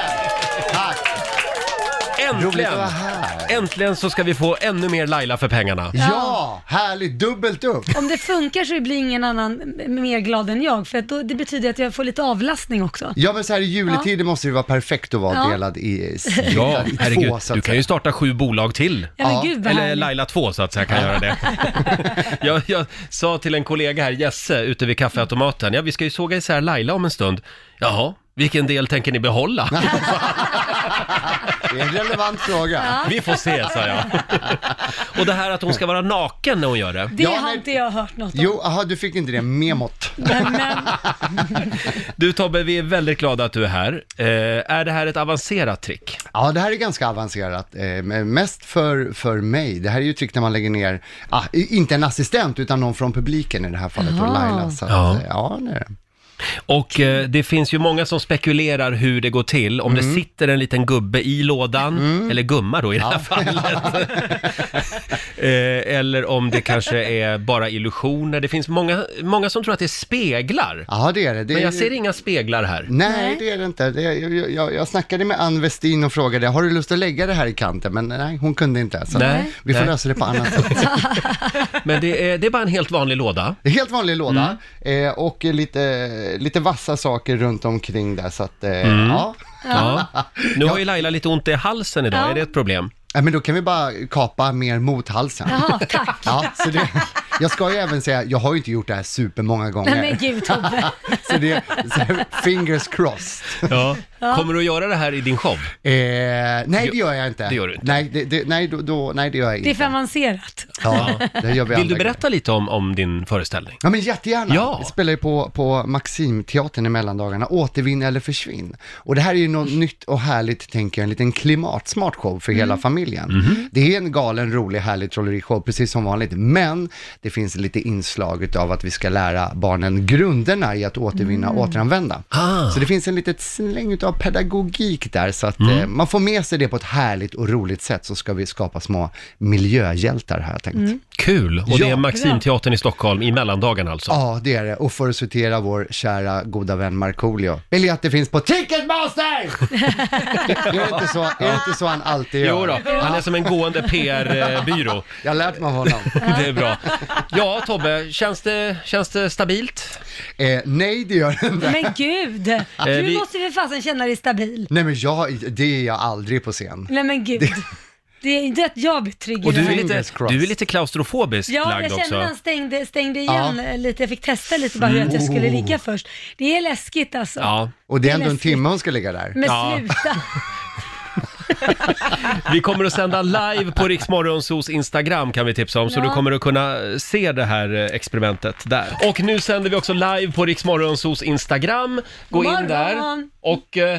S16: Roligt
S1: Äntligen!
S16: att vara här.
S1: Äntligen så ska vi få ännu mer Laila för pengarna.
S16: Ja, härligt. Dubbelt upp.
S2: Om det funkar så blir ingen annan m- mer glad än jag, för att då, det betyder att jag får lite avlastning också.
S16: Ja, men så här i juletider måste det vara perfekt att vara
S2: Ja.
S16: delad i,
S1: Ja,
S16: delad i
S1: herregud.
S16: två. Så
S1: Du
S16: att
S1: kan ju starta sju bolag till.
S2: Ja, men gud, vad
S1: Eller
S2: härligt.
S1: Laila 2 så att säga kan göra det. jag, jag sa till en kollega här, Jesse, ute vid kaffeautomaten, ja vi ska ju såga isär Laila om en stund. Jaha, vilken del tänker ni behålla?
S16: det är en relevant fråga.
S2: Ja.
S1: Vi får se, sa jag. Och det här att hon ska vara naken när hon gör det.
S2: Det har inte jag hört något om.
S16: Jo, aha, du fick inte det memot.
S1: Du Tobbe, vi är väldigt glada att du är här. Eh, är det här ett avancerat trick?
S16: Ja, det här är ganska avancerat. Eh, men mest för, för mig. Det här är ju ett trick när man lägger ner, ah, i- inte en assistent, utan någon från publiken i det här fallet, och
S1: Jaha.
S16: Laila. Så att,
S1: Ja.
S16: eh, ja, det är det.
S1: Och eh, det finns ju många som spekulerar hur det går till. Om
S16: Mm.
S1: det sitter en liten gubbe i lådan, eller gumma då i det här
S16: Ja.
S1: fallet. eh, eller om det kanske är bara illusioner. Det finns många, många som tror att det är speglar.
S16: Ja, det är det. det
S1: Men
S16: är
S1: jag
S16: ju-
S1: ser inga speglar här.
S16: Nej, det är det inte. Det, jag, jag, jag snackade med Ann Westin och frågade, har du lust att lägga det här i kanten? Men nej, hon kunde inte. Så
S1: Nej,
S16: vi får
S1: nej.
S16: lösa det på annat sätt.
S1: Men det är, det är bara en helt vanlig låda.
S16: Det är Helt vanlig låda
S1: Mm.
S16: eh, och lite, lite vassa saker runt omkring där. Så att, eh,
S1: Mm.
S16: ja.
S1: Ja. Nu har ju Laila lite ont i halsen idag, är det ett problem?
S16: Ja, Eh, men då kan vi bara kapa mer mot halsen.
S2: Jaha, tack.
S16: Ja, så det, jag ska ju även säga, jag har ju inte gjort det här supermånga gånger.
S2: Nej men gud Tobbe.
S16: så det, så, fingers crossed.
S1: Ja.
S2: Ja.
S1: Kommer du att göra det här i din show?
S16: Eh, nej, det gör jag inte.
S1: Det gör du inte.
S16: Nej, det, det, nej, då, då, nej, det gör jag
S2: Det är
S16: inte.
S2: för avancerat.
S16: Ja, det gör vi
S1: Vill du
S16: andra
S1: berätta lite om, om din föreställning?
S16: Ja men jättegärna.
S1: Ja.
S16: Vi spelar ju på, på Maximteatern i mellandagarna, Återvinn eller försvinn. Och det här är ju något nytt och härligt, tänker jag, en liten klimatsmart show för hela
S1: Mm.
S16: familjen.
S1: Mhm.
S16: Det är en galen, rolig, härlig trollerishow, precis som vanligt. Men det finns lite inslag av att vi ska lära barnen grunderna i att återvinna
S1: Mm.
S16: och återanvända.
S1: Ah.
S16: Så det finns en litet släng av pedagogik där, så att
S1: Mm.
S16: eh, man får med sig det på ett härligt och roligt sätt, så ska vi skapa små miljöhjältar här, har jag tänkt.
S1: Mm. Kul! Och det
S16: Ja.
S1: är Maximteatern i Stockholm i mellandagen alltså.
S16: Ja, det är det. Och för att citera vår kära goda vän Markoolio. Biljetter finns på Ticketmaster! är, det inte så, är det inte så han alltid gör?
S1: Jo då, han är som en gående PR-byrå.
S16: Jag har lärt mig av honom.
S1: Det är bra. Ja, Tobbe, känns det, känns det stabilt?
S16: Eh, nej, det gör det inte.
S2: Men gud.
S16: Eh,
S2: Du
S1: vi-
S2: måste för fasen känna dig stabil.
S16: Nej, men jag, det är jag aldrig på scen.
S2: Nej men gud. Det är inte att jag blir trygg i
S1: Och
S2: det
S1: du är
S2: här.
S1: lite,
S16: Fingers crossed.
S1: du är lite klaustrofobisk
S2: Ja, jag
S1: lagd
S2: kände
S1: också. Mm.
S2: den stängde, stängde igen
S16: Ja. Oh.
S2: eh, lite. Jag fick testa lite bara hur att jag skulle ligga först. Det är läskigt alltså.
S16: Och det är
S2: Det är
S16: ändå en
S2: läskigt.
S16: timme hon ska ligga där.
S2: Men sluta.
S1: Vi kommer att sända live på Riksmorgonsos Instagram kan vi tipsa om, så
S2: Ja.
S1: du kommer att kunna se det här eh, experimentet där. Och nu sänder vi också live på Riksmorgonsos Instagram. Gå in
S2: Morgon.
S1: där och eh,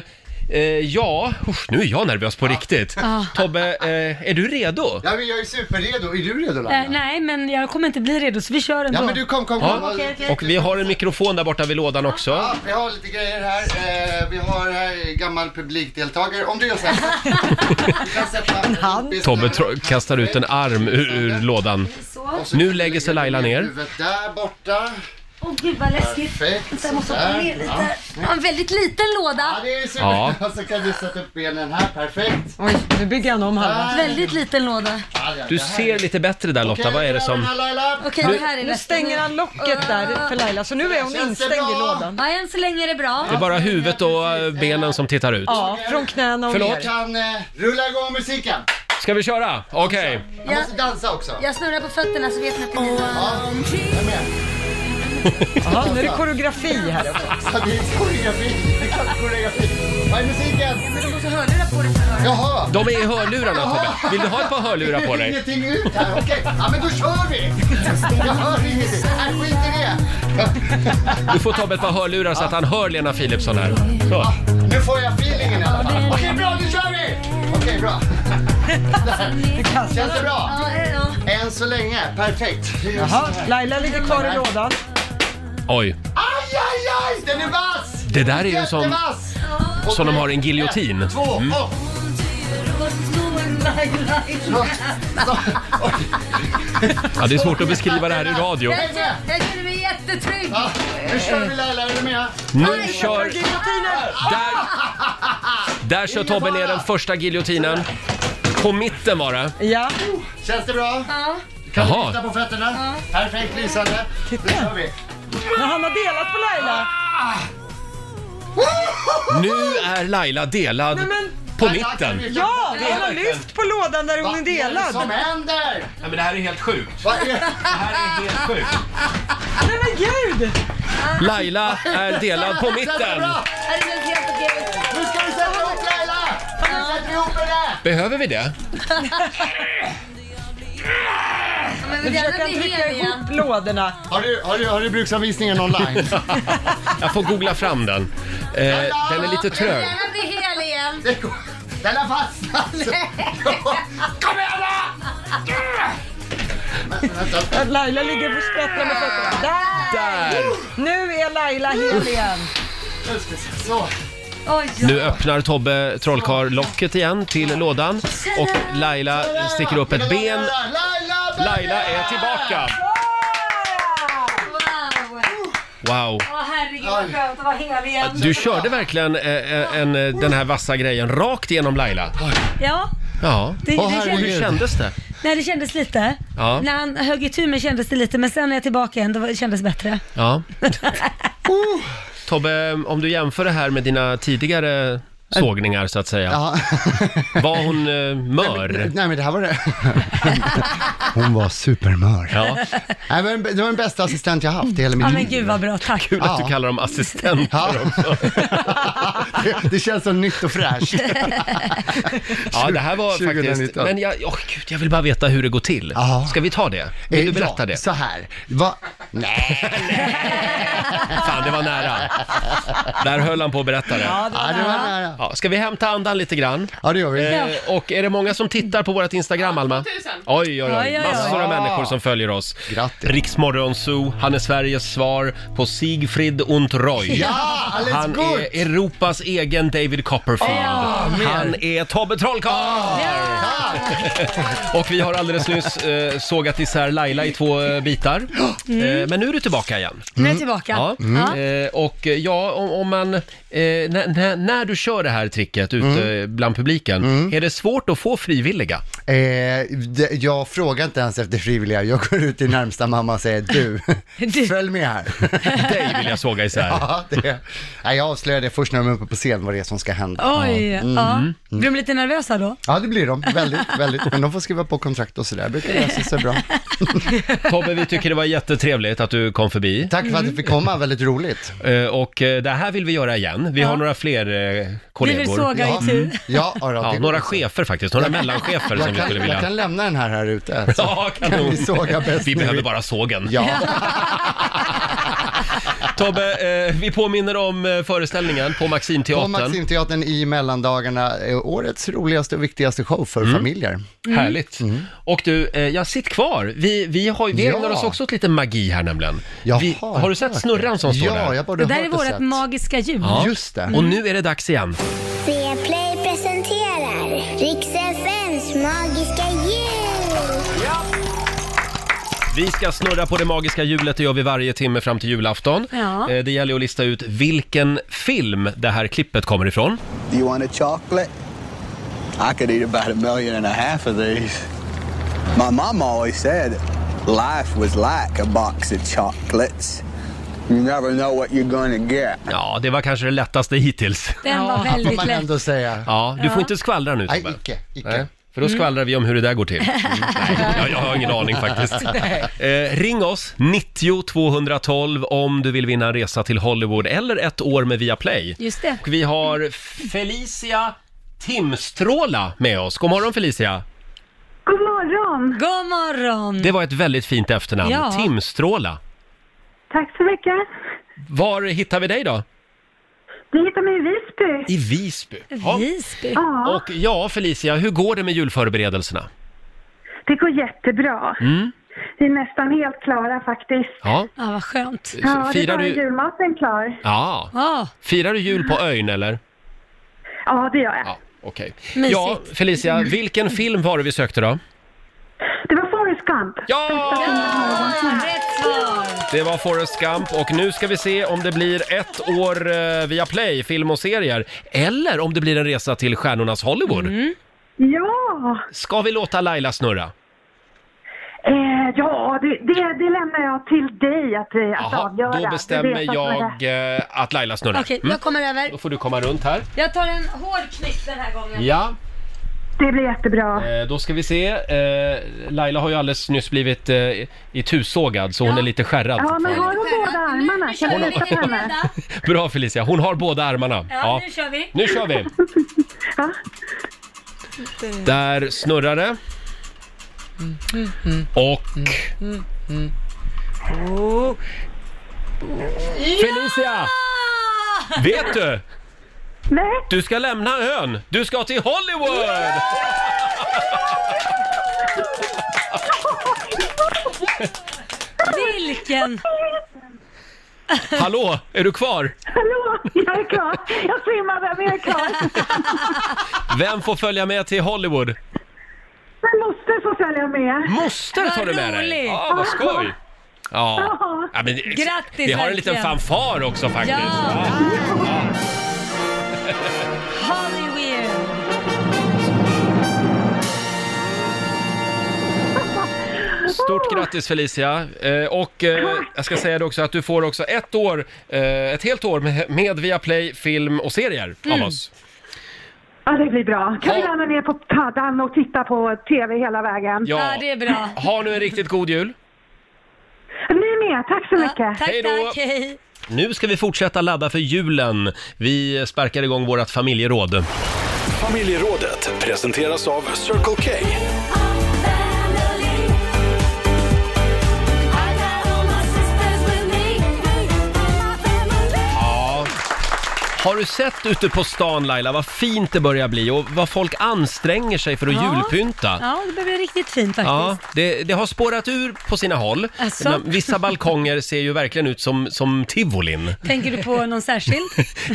S1: eh, ja, usch, nu är jag nervös på riktigt.
S2: Ah.
S1: Tobbe, eh, är du redo?
S16: Ja, men jag är superredo. Är du redo Laila?
S2: Eh, nej, men jag kommer inte bli redo så vi kör ändå.
S16: Ja, men du kom, kom, Ah. kom.
S1: Ja. Och vi har en mikrofon där borta vid lådan också.
S16: Ja, vi har lite grejer här. Eh, vi har här gammal publikdeltagare. Om du gör så här. Du kan sätta-
S1: Tobbe tro- kastar ut en arm ur, ur lådan.
S16: Och så
S1: Nu lägger sig Laila ner.
S16: Huvudet där borta.
S2: Åh gud vad läskigt.
S16: Perfekt,
S2: Vänta, jag måste
S16: sådär.
S2: hoppa ner lite. Ja. En väldigt liten låda.
S16: Det är super.
S1: Ja.
S16: Och så kan du sätta upp benen här, perfekt.
S3: Oj, nu bygger han om halva.
S2: Väldigt liten låda.
S1: Du ser lite bättre där Lotta, vad är det som...
S2: Okej, det här är
S3: Nu
S2: läskigt.
S3: stänger han locket där för Laila, så nu är hon instängd i lådan.
S2: Ja, än så länge är det bra.
S1: Det är bara huvudet och eh, benen som tittar ut.
S3: Ja, från knäna och
S1: Förlåt?
S16: Du kan eh, rulla igång musiken.
S1: Ska vi köra? Okej.
S16: Jag måste dansa också.
S2: Jag snurrar på fötterna så vet ni att det är mina.
S16: Ja, jag är med.
S3: Ja, nu är det koreografi här också.
S16: Så det är koreografi. Det är koreografi. Var är musiken?
S2: Men du måste hörlurar på dig för
S16: Jaha.
S1: De är i hörlurarna Tobbe. Vill du ha ett par hörlurar på
S16: Det är
S1: dig?
S16: ingenting ut här. Okej, ja men då kör vi. Jag hör ingenting. Nej, skit i det.
S1: Du får Tobbe ett par hörlurar så att han hör Lena Philipsson här. Så.
S16: Nu får jag feelingen i alla fall. Okej, bra, nu kör vi! Okej, bra. Känns det bra?
S2: Ja, eh, ja.
S16: Än så länge, perfekt.
S3: Jaha, Laila ligger kvar i lådan.
S1: Oj,
S16: Aj, aj, aj! Den är vass!
S1: Det där är ju som-
S16: Jättevass!
S1: som de har en giljotin.
S16: Ett, två,
S1: Mm.
S16: och...
S1: Ja, det är svårt att beskriva det här i radio.
S2: Jag känner- Jag känner mig jättetrygg.
S16: Ja, nu kör vi Laila, är du med?
S1: Nu kör... Där, där kör Tobbe ner den första giljotinen. På mitten var det.
S3: Ja.
S16: Känns det bra? Ja. Kan
S1: Jaha.
S16: du lyfta på fötterna? Perfekt lysande. Titta. Nu kör vi.
S3: Men han har delat på Laila.
S1: Nu är Laila delad
S3: Nej, men-
S1: på mitten.
S3: Ja, hon har lyft på lådan där hon är delad.
S16: Vad är det som händer?
S1: Nej, men det här är helt sjukt.
S16: Vad är
S3: Nej men gud!
S1: Laila är delad på mitten.
S6: Är det helt okej?
S16: Nu ska vi sätta ihop Laila! Nu sätter vi ihop henne!
S1: Behöver vi det?
S6: Men
S3: Nu
S6: vill
S3: försöker
S6: gärna
S3: han
S6: bli
S3: trycka
S6: hel
S3: ihop
S6: igen.
S3: lådorna.
S16: Har du, har du, har du bruksanvisningen online?
S1: Jag får googla fram den. Eh, den är lite
S6: Jag
S1: trög.
S6: vill gärna bli hel igen.
S16: Den har fastnat! Kom igen
S3: Att Laila ligger och sprattlar med fötterna. Där!
S1: Där!
S3: Nu är Laila hel igen.
S16: Nu ska vi se, Så.
S6: Oj,
S1: Nu öppnar Tobbe trollkarl locket igen till lådan och Laila sticker upp ett ben.
S16: Laila!
S1: Laila är tillbaka!
S6: wow.
S1: Wow!
S6: Åh herregud vad skönt att vara hel igen.
S1: Du körde verkligen eh, eh, en, eh, den här vassa grejen rakt igenom Laila.
S2: Ja,
S1: Ja.
S2: Det- det
S1: Och hur
S2: kändes-
S1: kändes det?
S2: nej det kändes lite.
S1: Ja.
S2: När han högg i tur med kändes det lite, men sen när jag är tillbaka igen, då var- kändes det bättre.
S1: Ja. Tobbe, om du jämför det här med dina tidigare sågningar så att säga.
S16: Ja.
S1: Var hon eh, mör?
S16: Nej men det här var det. Hon var supermör.
S1: Ja.
S16: Nej, men det var den bästa assistent jag haft i hela mitt
S2: Ja
S16: liv.
S2: men gud vad bra, tack.
S1: Kul att
S16: Ja.
S1: du kallar dem assistenter
S16: Ja.
S1: också.
S16: Det, det känns så nytt och fräscht.
S1: Ja, det här var
S16: 2019.
S1: faktiskt... Men jag, åh gud, jag vill bara veta hur det går till. Ska vi ta det? Vill du
S16: Eh,
S1: berätta
S16: ja,
S1: det?
S16: Så här. Va? Nej.
S1: Fan, det var nära. Där höll han på att berätta det.
S16: Ja, det var nära.
S1: Ja, ska vi hämta andan lite grann?
S16: Ja, det gör vi.
S1: Eh, och är det många som tittar på vårt Instagram, Alma?
S5: 2000.
S1: Oj, oj,
S2: Oj,
S1: oj.
S2: oj, oj.
S1: Massor av
S2: Ja.
S1: människor som följer oss.
S16: Grattis.
S1: Riksmorgon Zoo, han är Sveriges svar på Siegfried und Roy.
S16: Ja, alles
S1: han
S16: gut.
S1: är Europas egen David Copperfield.
S16: mer.
S1: han är Tobbe Trollkarl! Och vi har alldeles nyss eh, sågat isär Laila i två eh, bitar. Eh, men nu är du tillbaka igen.
S2: Nu är jag tillbaka.
S1: Ja. Eh, och eh, ja, om, om man... Eh, när, när, när du kör det här tricket ute bland publiken, är det svårt att få frivilliga?
S16: Eh, det, jag frågar inte ens efter frivilliga. Jag går ut till närmsta mamma och säger du, följ med här.
S1: Dig vill jag såga isär.
S16: ja, det, nej, jag avslöjar det först när de är uppe på scen vad det är som ska hända. Mm.
S2: Oj, ja.
S1: Mm.
S2: Blir de lite nervösa då?
S16: Ja, det blir de. Väldigt, väldigt. Men de får skriva på kontrakt och sådär. Det brukar lösa sig bra.
S1: Tobbe, vi tycker det var jättetrevligt att du kom förbi.
S16: Tack för att du fick komma. Väldigt roligt.
S1: Eh, och eh, det här vill vi göra igen. Vi har några fler eh, kollegor.
S2: Vi vill såga i tur.
S16: Ja, ja,
S1: Ja,
S16: det-
S1: några chefer faktiskt, några mellanchefer som
S16: jag
S1: vi
S16: kan,
S1: skulle vilja...
S16: jag kan lämna den här här ute. alltså.
S1: Ja,
S16: Kan
S1: kanon.
S16: vi såga bäst
S1: vi
S16: ni
S1: behöver
S16: vill?
S1: bara sågen.
S16: Ja,
S1: Tobbe, eh, vi påminner om eh, föreställningen på
S16: på
S1: Maximteatern.
S16: Maximteatern i mellandagarna, eh, årets roligaste och viktigaste show för familjer.
S1: Mm.
S2: Mm.
S1: Härligt. Och du, eh, jag sitt kvar. Vi, vi, har, vi
S16: Mm. Ja.
S1: ägnar oss också åt lite magi här nämligen.
S16: Jaha,
S1: vi, har du sett
S16: hört
S1: snurran som står
S16: ja,
S1: där?
S16: jag borde
S2: Det där är
S16: hört och
S2: vårt
S16: sett.
S2: magiska ljud.
S1: Ja.
S16: Just det.
S1: Och nu är det dags igen.
S6: Viaplay presenterar Riks-FMs magiska jul.
S1: Vi ska snurra på det magiska hjulet, det gör vi varje timme fram till julafton.
S2: Ja.
S1: Eh, Det gäller ju att lista ut vilken film det här klippet kommer ifrån.
S17: Do you want a chocolate? I could eat about a million and a half of these. My mom always said life was like a box of chocolates. You never know what you're gonna get.
S1: Ja, det var kanske det lättaste hittills.
S2: Den var
S16: Ja, får
S2: väldigt
S16: man
S2: lätt.
S16: ändå säga.
S1: Ja, du får
S2: Ja.
S1: inte skvallra nu
S16: Nej,
S1: Tobbe.
S16: icke, icke.
S1: Nej, För då skvallrar vi om hur det där går till. Mm. Nej, jag, jag har ingen aning faktiskt. Eh, ring oss, 90 212 om du vill vinna en resa till Hollywood eller ett år med Viaplay.
S2: Just det.
S1: Och vi har Felicia Timstråla med oss. God morgon Felicia!
S9: God morgon!
S2: God morgon!
S1: Det var ett väldigt fint efternamn.
S2: Ja.
S1: Timstråla.
S9: Tack så mycket.
S1: Var hittar vi dig då?
S9: Ni hittar mig i Visby.
S1: I Visby. Ja.
S2: Visby.
S9: Ja,
S1: Och ja, Felicia, hur går det med julförberedelserna?
S9: det går jättebra.
S1: Mm.
S9: Vi är nästan helt klara faktiskt.
S1: Ja,
S2: Ja, vad skönt.
S9: Ja, det är
S1: firar
S9: bara
S1: du...
S9: julmaten klar.
S1: Ja.
S2: Ja,
S1: Firar du jul på ön eller?
S9: Ja, det gör jag.
S1: Ja, okej.
S2: Mysigt.
S1: Ja, Felicia, vilken film var det vi sökte då?
S9: Det var Forrest Gump.
S1: Ja!
S2: rätt svar!
S1: Det var Forrest Gump och nu ska vi se om det blir ett
S2: Mm.
S1: år eh, via Play, film och serier. Eller om det blir en resa till stjärnornas Hollywood.
S9: Ja,
S1: Ska vi låta Laila snurra?
S9: eh, ja det, det, det lämnar jag till dig att, eh, att avgöra.
S1: Då
S9: Du vet
S1: bestämmer
S9: att det-
S1: jag eh, att Laila snurrar.
S2: Okej,
S1: Mm.
S2: jag kommer över.
S1: Då får du komma runt här.
S2: Jag tar en hård knyck den här gången.
S1: Ja,
S9: Det blir jättebra.
S1: eh, då ska vi se. Eh, Laila har ju alldeles nyss blivit eh, itusågad så hon är lite skärrad.
S9: Ja, men har
S1: fortfarande.
S9: du båda armarna? Kan du lita på henne?
S1: Bra Felicia, hon har båda armarna. Ja.
S2: kör vi.
S1: Nu kör vi! Där snurrar det.
S2: Mm.
S1: Och
S3: Oh.
S1: Felicia!
S2: Ah!
S1: vet du?
S9: Nej.
S1: Du ska lämna ön! Du ska till Hollywood!
S2: Vilken!
S1: Hallå, är du kvar?
S9: Hallå, jag är klar. Jag svimmade, men jag är klar.
S1: Vem får följa med till Hollywood?
S9: Men moster får följa med.
S1: Moster tar du med dig? Ja, vad skoj! Ja. ja men,
S2: Grattis,
S1: Vi har en liten
S2: verkligen.
S1: fanfar också faktiskt.
S2: Ja. Hollywood!
S1: Stort grattis Felicia! Eh, och eh, jag ska säga det också att du får också ett år, eh, ett helt år med, med Viaplay film och serier
S9: Mm.
S1: av oss.
S9: Ja, det blir bra. Kan vi lämna ner på paddan och titta på TV hela vägen?
S1: Ha nu en riktigt god jul!
S9: Ni med, tack så mycket.
S2: tack,
S9: hej
S2: då. tack, hej.
S1: Nu ska vi fortsätta ladda för julen. Vi sparkar igång vårt familjeråd.
S18: Familjerådet presenteras av Circle K.
S1: Ja. Har du sett ute på stan Laila vad fint det börjar bli och vad folk anstränger sig för att
S2: Ja.
S1: julpynta?
S2: Ja, det blev riktigt fint faktiskt.
S1: Ja, det, det har spårat ur på sina håll.
S2: Asså?
S1: Vissa balkonger ser ju verkligen ut som, som tivolin.
S2: Tänker du på någon särskild?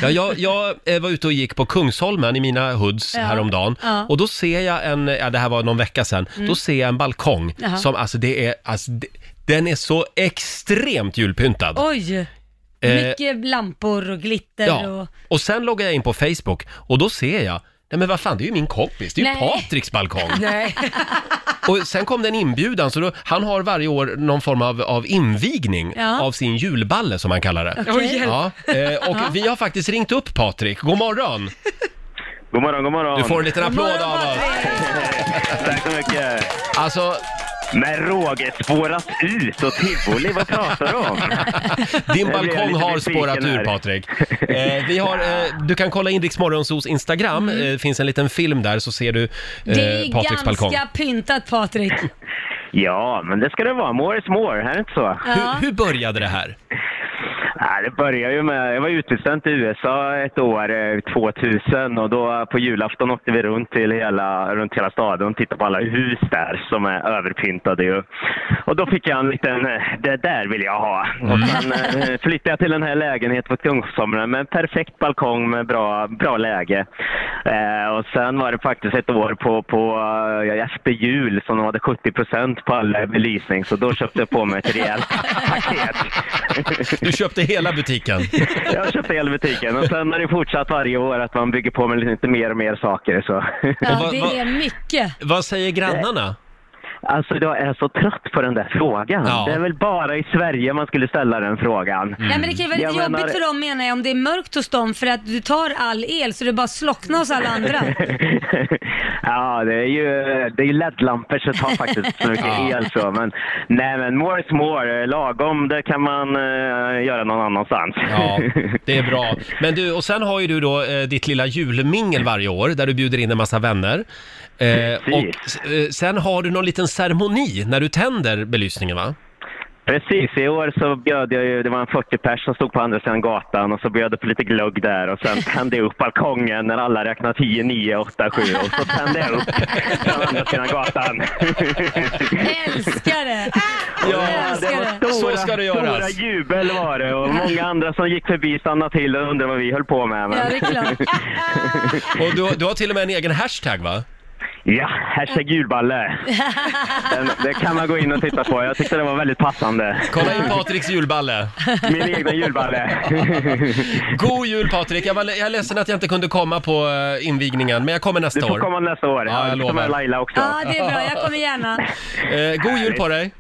S1: Ja, jag, jag eh, var ute och gick på Kungsholmen i mina hoods
S2: Ja.
S1: häromdagen
S2: Ja.
S1: och då ser jag en, ja det här var någon vecka sedan,
S2: Mm.
S1: då ser jag en balkong
S2: Jaha.
S1: som alltså det är, alltså, det, den är så extremt julpyntad.
S2: Oj!
S1: Eh,
S2: Mycket lampor och glitter
S1: Ja,
S2: och...
S1: och sen loggar jag in på Facebook och då ser jag, nej men vad fan det är ju min kompis, det är ju
S2: Nej.
S1: Patriks balkong.
S2: Nej.
S1: Eh, Och sen kom det en inbjudan, så då, han har varje år någon form av, av invigning
S2: Ja.
S1: av sin julballe som han kallar det.
S2: Okej. Oj, hjälp.
S1: ja, eh, och
S2: Ja.
S1: vi har faktiskt ringt upp Patrik, god morgon!
S19: God morgon, god morgon.
S1: Du får en liten
S19: God
S1: applåd
S19: morgon,
S1: av oss.
S19: Tack så mycket.
S1: Alltså...
S19: Men Roger, spårat ut och tivoli, vad pratar du om?
S1: Din
S19: Nu blir jag
S1: balkong
S19: lite
S1: har
S19: besviken
S1: spårat ur
S19: här.
S1: Patrik. Eh, vi har, eh, du kan kolla in Rix Morgonzos Instagram, eh, det finns en liten film där så ser du eh,
S2: Mm. Det är
S1: Patriks
S2: ganska
S1: balkong. Mm.
S2: pyntat Patrik.
S19: Ja, men det ska det vara. More is more, är det inte så?
S2: Ja.
S1: Hur började det här?
S19: Nej, det började ju med, jag var utsänd till USA ett år, eh, 2000, och då på julafton åkte vi runt till hela, runt hela staden och tittade på alla hus där som är överpyntade ju. Och då fick jag en liten, eh, det där vill jag ha. Och sen eh, flyttade jag till den här lägenheten på Kungsholmen med en perfekt balkong med bra, bra läge. Eh, och sen var det faktiskt ett år på, på eh, efter jul som de hade 70 procent på all belysning, så då köpte jag på mig ett rejält
S1: Du köpte hela butiken?
S19: jag köpte hela butiken och sen har det fortsatt varje år att man bygger på med lite mer och mer saker. Så.
S2: Ja, det är mycket.
S1: Vad säger grannarna?
S19: Alltså jag är så trött på den där frågan.
S1: Ja.
S19: Det är väl bara i Sverige man skulle ställa den frågan.
S2: Nej men det kan ju vara lite
S19: Jag
S2: jobbigt
S19: menar-
S2: för dem menar jag om det är mörkt hos dem för att du tar all el så det bara slocknar hos alla andra.
S19: ja, det är ju det är ju LED-lampor så det tar faktiskt så mycket el så. Men nej, men more is more. Lagom, det kan man eh, göra någon annanstans.
S1: Ja, det är bra. Men du, och sen har ju du då eh, ditt lilla julmingel varje år där du bjuder in en massa vänner. Eh, och eh, sen har du någon liten ceremoni när du tänder belysningen va?
S19: Precis, i år så bjöd jag ju, det var en 40 pers som stod på andra sidan gatan och så bjöd jag på lite glögg där och sen tände jag upp balkongen när alla räknade 10, 9, 8, 7 och så tände jag upp från andra sidan gatan.
S2: Älskar det!
S19: det var stora,
S1: Så ska det
S19: stora
S1: göras.
S19: jubel var det och många andra som gick förbi stannade till och undrade vad vi höll på med. Men...
S1: Och du, du har till och med en egen hashtag va?
S19: Ja, hashtag julballe. Den, det kan man gå in och titta på. Jag tyckte det var väldigt passande.
S1: Kolla in Patriks julballe.
S19: Min egna julballe.
S1: God jul Patrik! Jag, var, jag är ledsen att jag inte kunde komma på eh, invigningen, men jag kommer nästa
S19: Du
S1: år.
S19: får komma nästa år.
S1: Ja, jag
S19: du får med
S1: lovar.
S19: Laila också.
S2: Ja, det är bra. Jag kommer gärna.
S1: Eh, god jul på dig!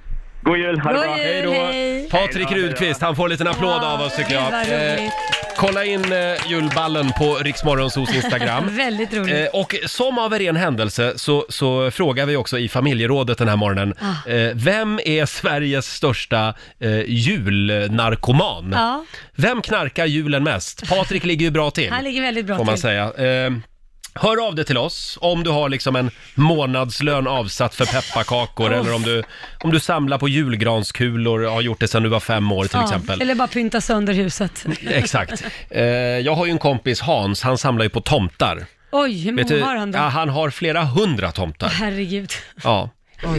S19: God jul,
S2: ha det God bra. jul, hej. Ah,
S1: Patrik Rudqvist, han får en liten applåd av oss tycker jag.
S2: vad roligt.
S1: Eh, kolla in eh, julballen på Riksmorgonsos Instagram.
S2: Väldigt roligt.
S1: Eh, och som av en ren händelse så, så frågar vi också i familjerådet den här morgonen.
S2: Ah.
S1: Eh, vem är Sveriges största eh, julnarkoman?
S2: Ja.
S1: Vem knarkar julen mest? Patrik ligger ju bra till.
S2: Han ligger väldigt bra
S1: får man
S2: till.
S1: säga. Eh, Hör av dig till oss om du har liksom en månadslön avsatt för pepparkakor
S2: Oh.
S1: eller om du, om du samlar på julgranskulor och har gjort det sedan du var fem år till
S2: Ja,
S1: exempel.
S2: Eller bara pynta sönder huset.
S1: Exakt. Eh, jag har ju en kompis, Hans, han samlar ju på tomtar.
S2: Oj, hur
S1: Vet du-
S2: många har han då?
S1: ja, han har flera hundra tomtar.
S2: Herregud.
S1: Ja.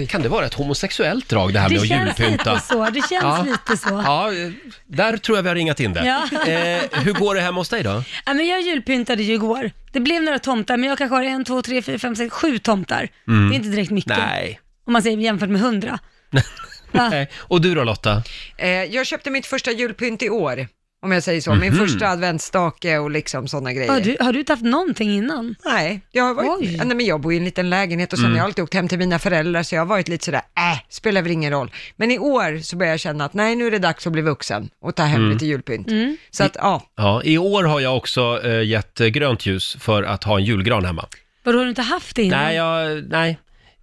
S1: Kan det vara ett homosexuellt drag det här med
S2: Det
S1: att
S2: känns
S1: julpynta?
S2: lite så. Det känns
S1: Ja.
S2: lite så.
S1: Ja, eh, där tror jag vi har ringat in det.
S2: Ja.
S1: Eh, hur går det hemma hos dig då?
S2: Ja, men jag julpyntade ju igår. Det blev några tomtar, men jag kanske har en, två, tre, fyra, fem, sex, sju tomtar.
S1: Mm.
S2: Det är inte direkt mycket.
S1: Nej.
S2: Om man säger jämfört med hundra.
S1: Nej. Och du då Lotta?
S3: Eh, jag köpte mitt första julpynt i år, om jag säger så. Min
S1: Mhm.
S3: första adventsstake och liksom sådana grejer.
S2: Har du, har du inte haft någonting innan?
S3: Nej, jag har varit, ja, nej, men jag bor i en liten lägenhet och sen
S2: Mm.
S3: har jag alltid åkt hem till mina föräldrar så jag har varit lite sådär, äh, spelar väl ingen roll. Men i år så börjar jag känna att nej, nu är det dags att bli vuxen och ta hem
S1: Mm.
S3: lite julpynt. Så att ja,
S1: Ja, I år har jag också eh, gett eh, grönt ljus för att ha en julgran hemma.
S2: Vadå, har du inte haft det innan?
S1: Nej, jag, nej.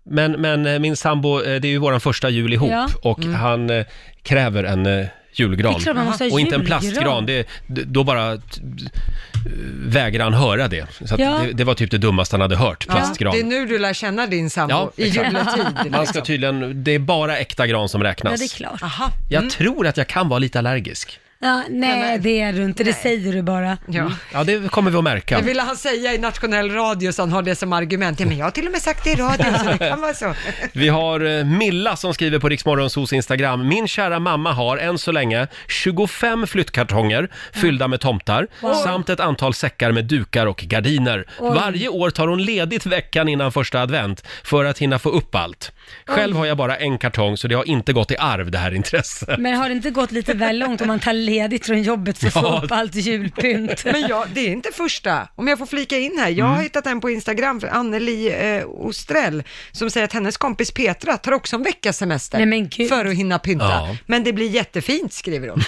S1: Men, men eh, min sambo, eh, det är ju våran första jul ihop
S2: Ja.
S1: och
S2: Mm.
S1: han eh, kräver en eh, julgran.
S2: Det är klart man måste ha
S1: och inte en
S2: julgran.
S1: plastgran, det, d- då bara t- eh, vägrar han höra det. Så att
S3: Ja.
S1: det, det var typ det dummaste han hade hört,
S3: ja
S1: plastgran.
S3: det är nu du lär känna din sambo, i
S1: exakt.
S3: juletid. liksom.
S1: Man ska tydligen, det är bara äkta gran som räknas.
S2: Ja, det är klart.
S3: Aha. Mm.
S1: Jag tror att jag kan vara lite allergisk.
S2: Ja, nej, det är du inte. Det säger du bara. Mm.
S3: Ja.
S1: Ja, det kommer vi att märka.
S3: Det ville han säga i nationell radio så han har det som argument. Ja, men jag har till och med sagt det i radio så det kan vara så.
S1: Vi har eh, Milla som skriver på Riksmorgonsos Instagram. Min kära mamma har än så länge 25 flyttkartonger fyllda med tomtar
S10: Wow.
S1: samt ett antal säckar med dukar och gardiner.
S10: Oj.
S1: Varje år tar hon ledigt veckan innan första advent för att hinna få upp allt. Själv
S2: Oj.
S1: har jag bara en kartong så det har inte gått i arv det här intresset.
S2: Men har det inte gått lite väl långt om man tar ledigt från jobbet för att
S1: Ja.
S2: få upp allt julpynt?
S3: Men jag, det är inte första. Om jag får flika in här, jag har
S2: Mm.
S3: hittat en på Instagram, för Anneli eh, Ostrell, som säger att hennes kompis Petra tar också en veckas semester för att hinna pynta.
S1: Ja.
S3: Men det blir jättefint, skriver hon.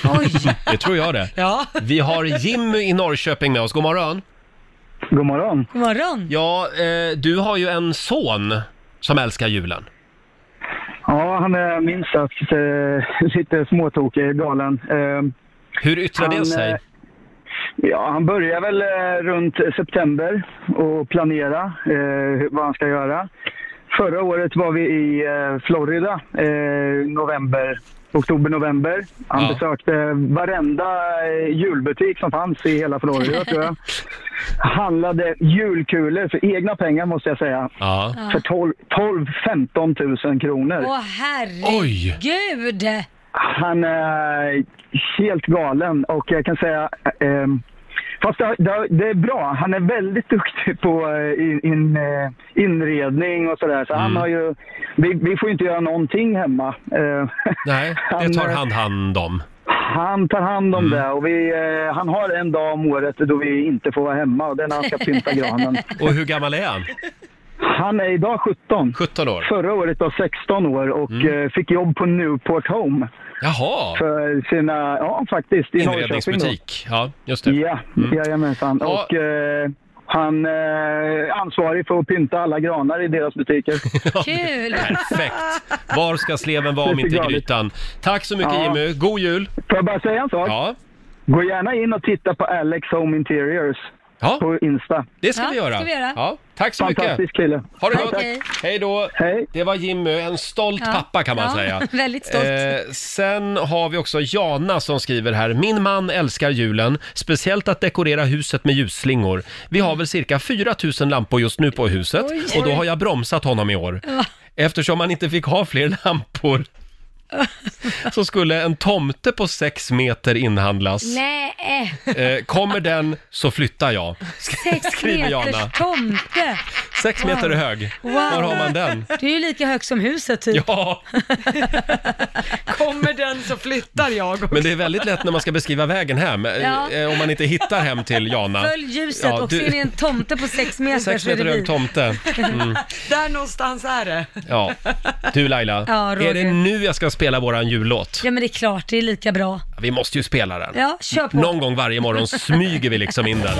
S1: Det tror jag det. Vi har Jimmy i Norrköping med oss. God morgon.
S20: God morgon.
S2: God morgon.
S1: Ja, eh, du har ju en son som älskar julen.
S20: Ja, han är minst sagt eh, lite småtokig, galen. Eh,
S1: Hur yttrar det sig?
S20: eh, ja, han börjar väl eh, runt september och planera eh, vad han ska göra. Förra året var vi i eh, Florida, eh, november, oktober-november. Han
S21: Ja.
S20: besökte varenda eh, julbutik som fanns i hela Florida, tror jag. Handlade julkulor för egna pengar, måste jag säga.
S1: Ja.
S20: För 12-15 000 kronor.
S2: Åh herregud!
S20: Han är helt galen och jag kan säga ehm, Fast det, det, det är bra. Han är väldigt duktig på eh, in, in, eh, inredning och sådär. Så
S1: Mm.
S20: han har ju... Vi, vi får ju inte göra någonting hemma. Eh,
S1: Nej, det
S20: Han,
S1: tar
S20: eh,
S1: han hand om.
S20: Han tar hand om
S1: Mm.
S20: det och vi, eh, han har en dag om året då vi inte får vara hemma och det är när han ska pynta granen.
S1: Och hur gammal är han?
S20: Han är idag 17.
S1: 17 år. Mm.
S20: Förra året var 16 år och eh, fick jobb på Newport Home.
S1: Jaha!
S20: För sina, ja faktiskt, i Norrköping då.
S1: Inredningsbutik. Ja, just det.
S20: Ja, jajamensan. Och eh, han eh, är ansvarig för att pynta alla granar i deras butiker.
S2: Kul!
S1: Perfekt! Var ska sleven vara om
S20: Det är så
S1: inte i
S20: galet.
S1: grytan? Tack så mycket
S20: Ja.
S1: Jimmy, god jul!
S20: Får jag bara säga en sak?
S1: Ja.
S20: Gå gärna in och titta på Alex Home Interiors på Insta.
S1: Det ska vi göra. Ja, tack så mycket.
S20: Fantastisk kille.
S1: Ha det
S20: Tack,
S1: gott.
S20: tack.
S1: Hej. då. Det var Jimmy, en stolt
S2: Ja.
S1: pappa kan man
S2: Ja,
S1: säga.
S2: väldigt stolt.
S1: Eh, sen har vi också Jana som skriver här. Min man älskar julen, speciellt att dekorera huset med ljusslingor. Vi har väl cirka 4 000 lampor just nu på huset
S2: Oj.
S1: och då har jag bromsat honom i år.
S2: Va?
S1: Eftersom han inte fick ha fler lampor så skulle en tomte på 6 meter inhandlas.
S2: Nej,
S1: Alltså. Eh, kommer den så flyttar jag.
S2: sex
S1: skriver Jana.
S2: meters tomte.
S1: Sex meter
S2: Wow.
S1: hög.
S2: Wow.
S1: Var har man den?
S2: Det är ju lika högt som huset typ.
S1: Ja.
S3: Kommer den så flyttar jag också.
S1: Men det är väldigt lätt när man ska beskriva vägen hem, eh,
S2: Ja.
S1: eh, om man inte hittar hem till Jana.
S2: Följ ljuset
S1: Ja,
S2: och
S1: du-
S2: ser ni en tomte på sex meter
S1: Sex
S2: så är
S1: meter
S2: det vi.
S1: hög tomte. Mm.
S3: Där någonstans är det.
S1: Ja. Du Laila,
S2: Ja, Roger.
S1: är det nu jag ska spela våran jullåt?
S2: Ja men det är klart, det är lika bra.
S1: Vi måste ju spela den.
S2: Ja, kör på.
S1: Någon gång varje morgon smyger vi liksom in den.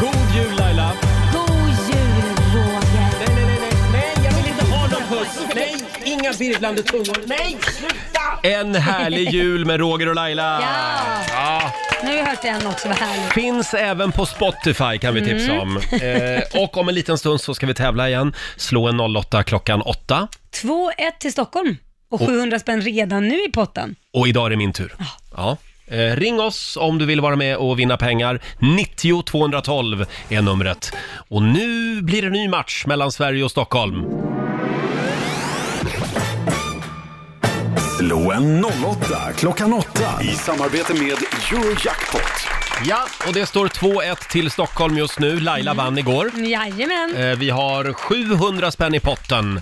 S1: God jul Laila!
S14: Nej,
S21: nej, nej, nej, nej, jag vill inte ha någon puss. Nej, inga virvlande tungor. Nej, sluta!
S1: En härlig jul med Roger och Laila!
S2: Ja.
S1: Ja.
S2: Nu har jag hört en också, vad härligt.
S1: Finns även på Spotify kan vi
S2: Mm.
S1: tipsa om. Eh, och om en liten stund så ska vi tävla igen. Slå en 08 klockan 8.
S2: 2-1 till Stockholm och
S1: Och-
S2: 700 spänn redan nu i potten.
S1: Och idag är det min tur. Ja. Eh, ring oss om du vill vara med och vinna pengar. 90 212 är numret. Och nu blir det ny match mellan Sverige och Stockholm.
S18: Slå en 08 klockan 8 i samarbete med Eurojackpot.
S1: Ja, och det står 2-1 till Stockholm just nu. Laila vann igår.
S2: Jajamän.
S1: Eh, Vi har 700 spänn i potten.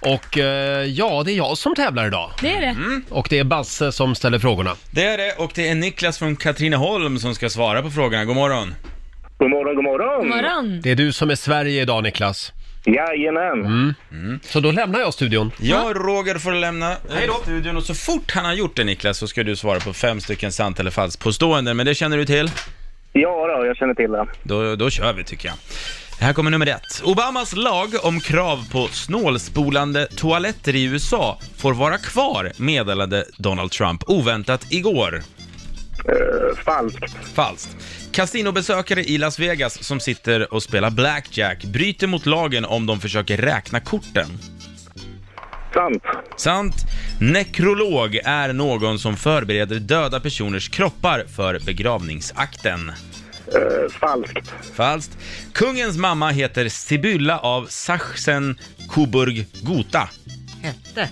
S1: Och eh, ja, det är jag som tävlar idag.
S2: Det är det.
S1: Och det är Basse som ställer frågorna.
S10: Det är det, och det är Niklas från Katrineholm som ska svara på frågorna. God morgon.
S21: God morgon, god morgon.
S1: Det är du som är Sverige idag Niklas.
S21: Jajamän.
S1: Mm. Så då lämnar jag studion.
S10: Ja, Roger får lämna eh, studion och så fort han har gjort det Niklas så ska du svara på fem stycken sant eller falskt påståenden, men det känner du till?
S21: Ja, då, jag känner till det.
S10: Då, då kör vi tycker jag. Här kommer nummer ett. Obamas lag om krav på snålspolande toaletter i USA får vara kvar, meddelade Donald Trump oväntat igår.
S21: Eh, falskt.
S10: Falskt. Kasinobesökare i Las Vegas som sitter och spelar blackjack bryter mot lagen om de försöker räkna korten.
S21: Sant.
S10: Sant. Nekrolog är någon som förbereder döda personers kroppar för begravningsakten.
S21: Eh, falskt.
S10: Falskt. Kungens mamma heter Sibylla av Sachsen Coburg Gotha.
S21: Hette.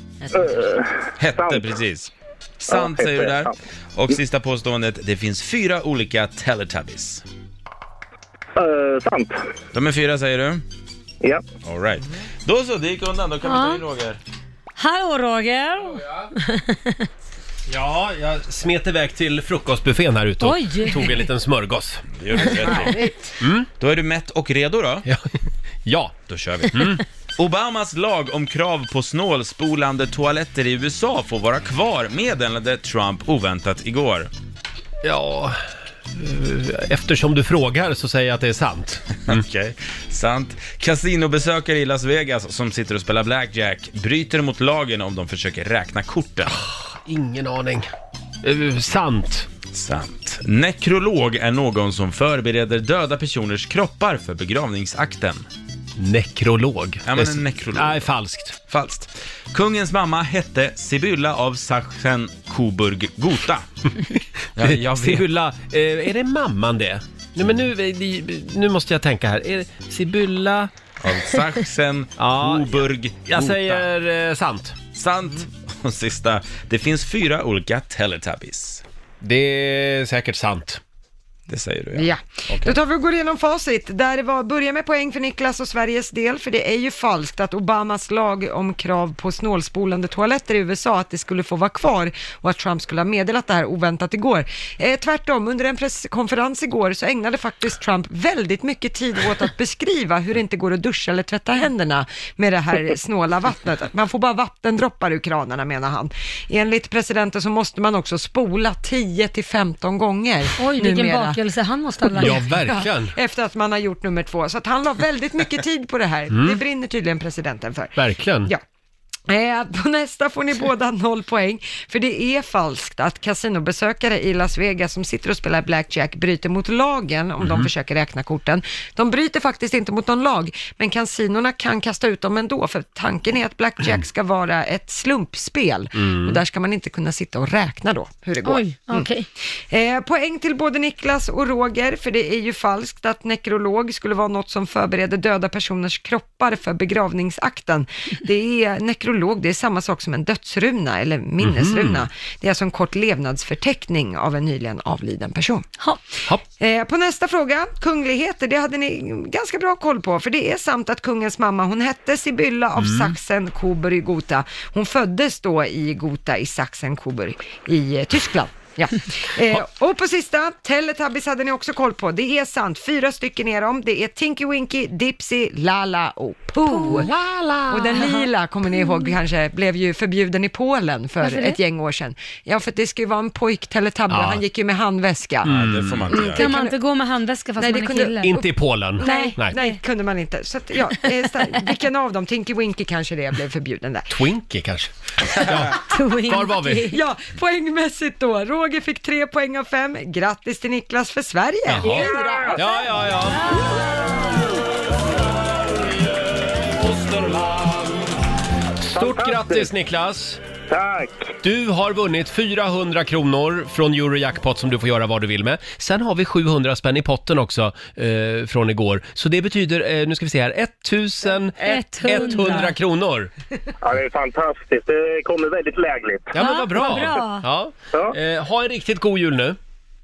S10: Hette precis. Sant
S21: Ja,
S10: säger du
S21: hette,
S10: där.
S21: sant.
S10: Och sista påståendet, det finns fyra olika Teletubbies.
S21: sant.
S10: De är fyra säger du?
S21: Ja.
S10: All right. Då så, det gick undan. Då kan
S2: Ja.
S10: vi ta in Roger.
S2: Hallå Roger!
S1: Ja, jag smet iväg till frukostbuffén här ute och
S2: Oj.
S1: tog en liten smörgås.
S10: Det gör du rätt i. Då är du mätt och redo då?
S1: Mm. Ja. Mm. ja.
S10: Då kör vi. Obamas lag om krav på snålspolande toaletter i USA får vara kvar, meddelade Trump oväntat igår.
S1: Ja, eh, eftersom du frågar så säger jag att det är sant.
S10: Okej, sant. Kasinobesökare i Las Vegas som sitter och spelar blackjack bryter mot lagen om de försöker räkna korten.
S1: Ah. Ingen aning. Eh, sant.
S10: Sant. Nekrolog är någon som förbereder döda personers kroppar för begravningsakten.
S1: Nekrolog?
S10: Ja,
S1: Det är
S10: men
S1: s-
S10: en nekrolog.
S1: Nej, falskt.
S10: Falskt. Kungens mamma hette Sibylla av Sachsen Coburg Gotha. Ja, jag vet.
S1: Sibylla, eh, är det mamman det? Nej, men nu, eh, nu måste jag tänka här. Är det Sibylla...
S10: Av Sachsen Coburg Gotha.
S1: Jag säger eh, sant.
S10: Sant. Och sista. Det finns fyra olika Teletubbies.
S1: Det är säkert sant.
S10: Det säger du,
S3: Ja, då tar vi och går igenom facit. Där det var, börja med poäng för Niklas och Sveriges del, för det är ju falskt att Obamas lag om krav på snålspolande toaletter i USA, att det skulle få vara kvar och att Trump skulle ha meddelat det här oväntat igår. Eh, tvärtom, under en presskonferens igår så ägnade faktiskt Trump väldigt mycket tid åt att beskriva hur det inte går att duscha eller tvätta händerna med det här snåla vattnet. Att Man får bara vattendroppar ur kranarna menar han. Enligt presidenten så måste man också spola 10 till 15 gånger
S2: Oj, vilken
S3: numera.
S2: bakelse han måste ha lagt.
S1: Ja, verkligen.
S3: Ja, efter att man har gjort nummer två. Så att han la väldigt mycket tid på det här.
S1: Mm.
S3: Det brinner tydligen presidenten för.
S1: Verkligen.
S3: Ja. Eh, på nästa får ni båda noll poäng, för det är falskt att kasinobesökare i Las Vegas som sitter och spelar blackjack bryter mot lagen om de
S8: Mhm.
S3: försöker räkna korten. De bryter faktiskt inte mot någon lag, men kasinorna kan kasta ut dem ändå, för tanken är att
S1: Mhm.
S3: blackjack ska vara ett slumpspel
S8: Mm.
S3: och där ska man inte kunna sitta och räkna då hur det går.
S2: Oj,
S3: Mm.
S2: okej.
S3: Eh, poäng till både Niklas och Roger, för det är ju falskt att nekrolog skulle vara något som förbereder döda personers kroppar för begravningsakten. Det är nekrolog, det är samma sak som en dödsruna eller minnesruna.
S8: Mhm.
S3: Det är alltså en kort levnadsförteckning av en nyligen avliden person. Eh, på nästa fråga, kungligheter, det hade ni ganska bra koll på, för det är sant att kungens mamma, hon hette Sibylla av
S8: Mm.
S3: Sachsen Coburg Gotha. Hon föddes då i Gotha i Sachsen Coburg i eh, Tyskland. Ja. Eh, och på sista, Teletubbies hade ni också koll på. Det är sant, fyra stycken är de. Det är Tinky Winky, Dipsy, Lala och Pooh. Och den lila, kommer ni ihåg kanske, blev ju förbjuden i Polen för
S8: Varför det?
S3: ett gäng år sedan. Ja, för att det ska ju vara en pojk-Teletubby,
S1: Ja.
S3: han gick ju med handväska.
S1: Mm. Nej, det får man inte göra.
S2: Kan man inte gå med handväska fast
S3: Nej, det
S2: man är
S3: kunde-
S2: kille?
S1: Inte i Polen.
S3: Nej, nej, kunde man inte. Så att, ja, eh, sta- vilken av dem? Tinky Winky kanske det blev förbjuden där.
S1: Twinkie kanske? Ja. Var var vi?
S3: Ja, poängmässigt då. Roger fick tre poäng av fem. Grattis till Niklas för Sverige!
S1: Jaha. Ja, ja, ja. Stort grattis Niklas! Tack! Du har vunnit 400 kronor från Eurojackpot som du får göra vad du vill med. Sen har vi 700 spänn i potten också eh, från igår. Så det betyder, eh, nu ska vi se här, 1100 kronor!
S22: Ja, det är fantastiskt. Det kommer väldigt lägligt.
S1: Ja men vad bra! Ja. Eh, ha en riktigt god jul nu!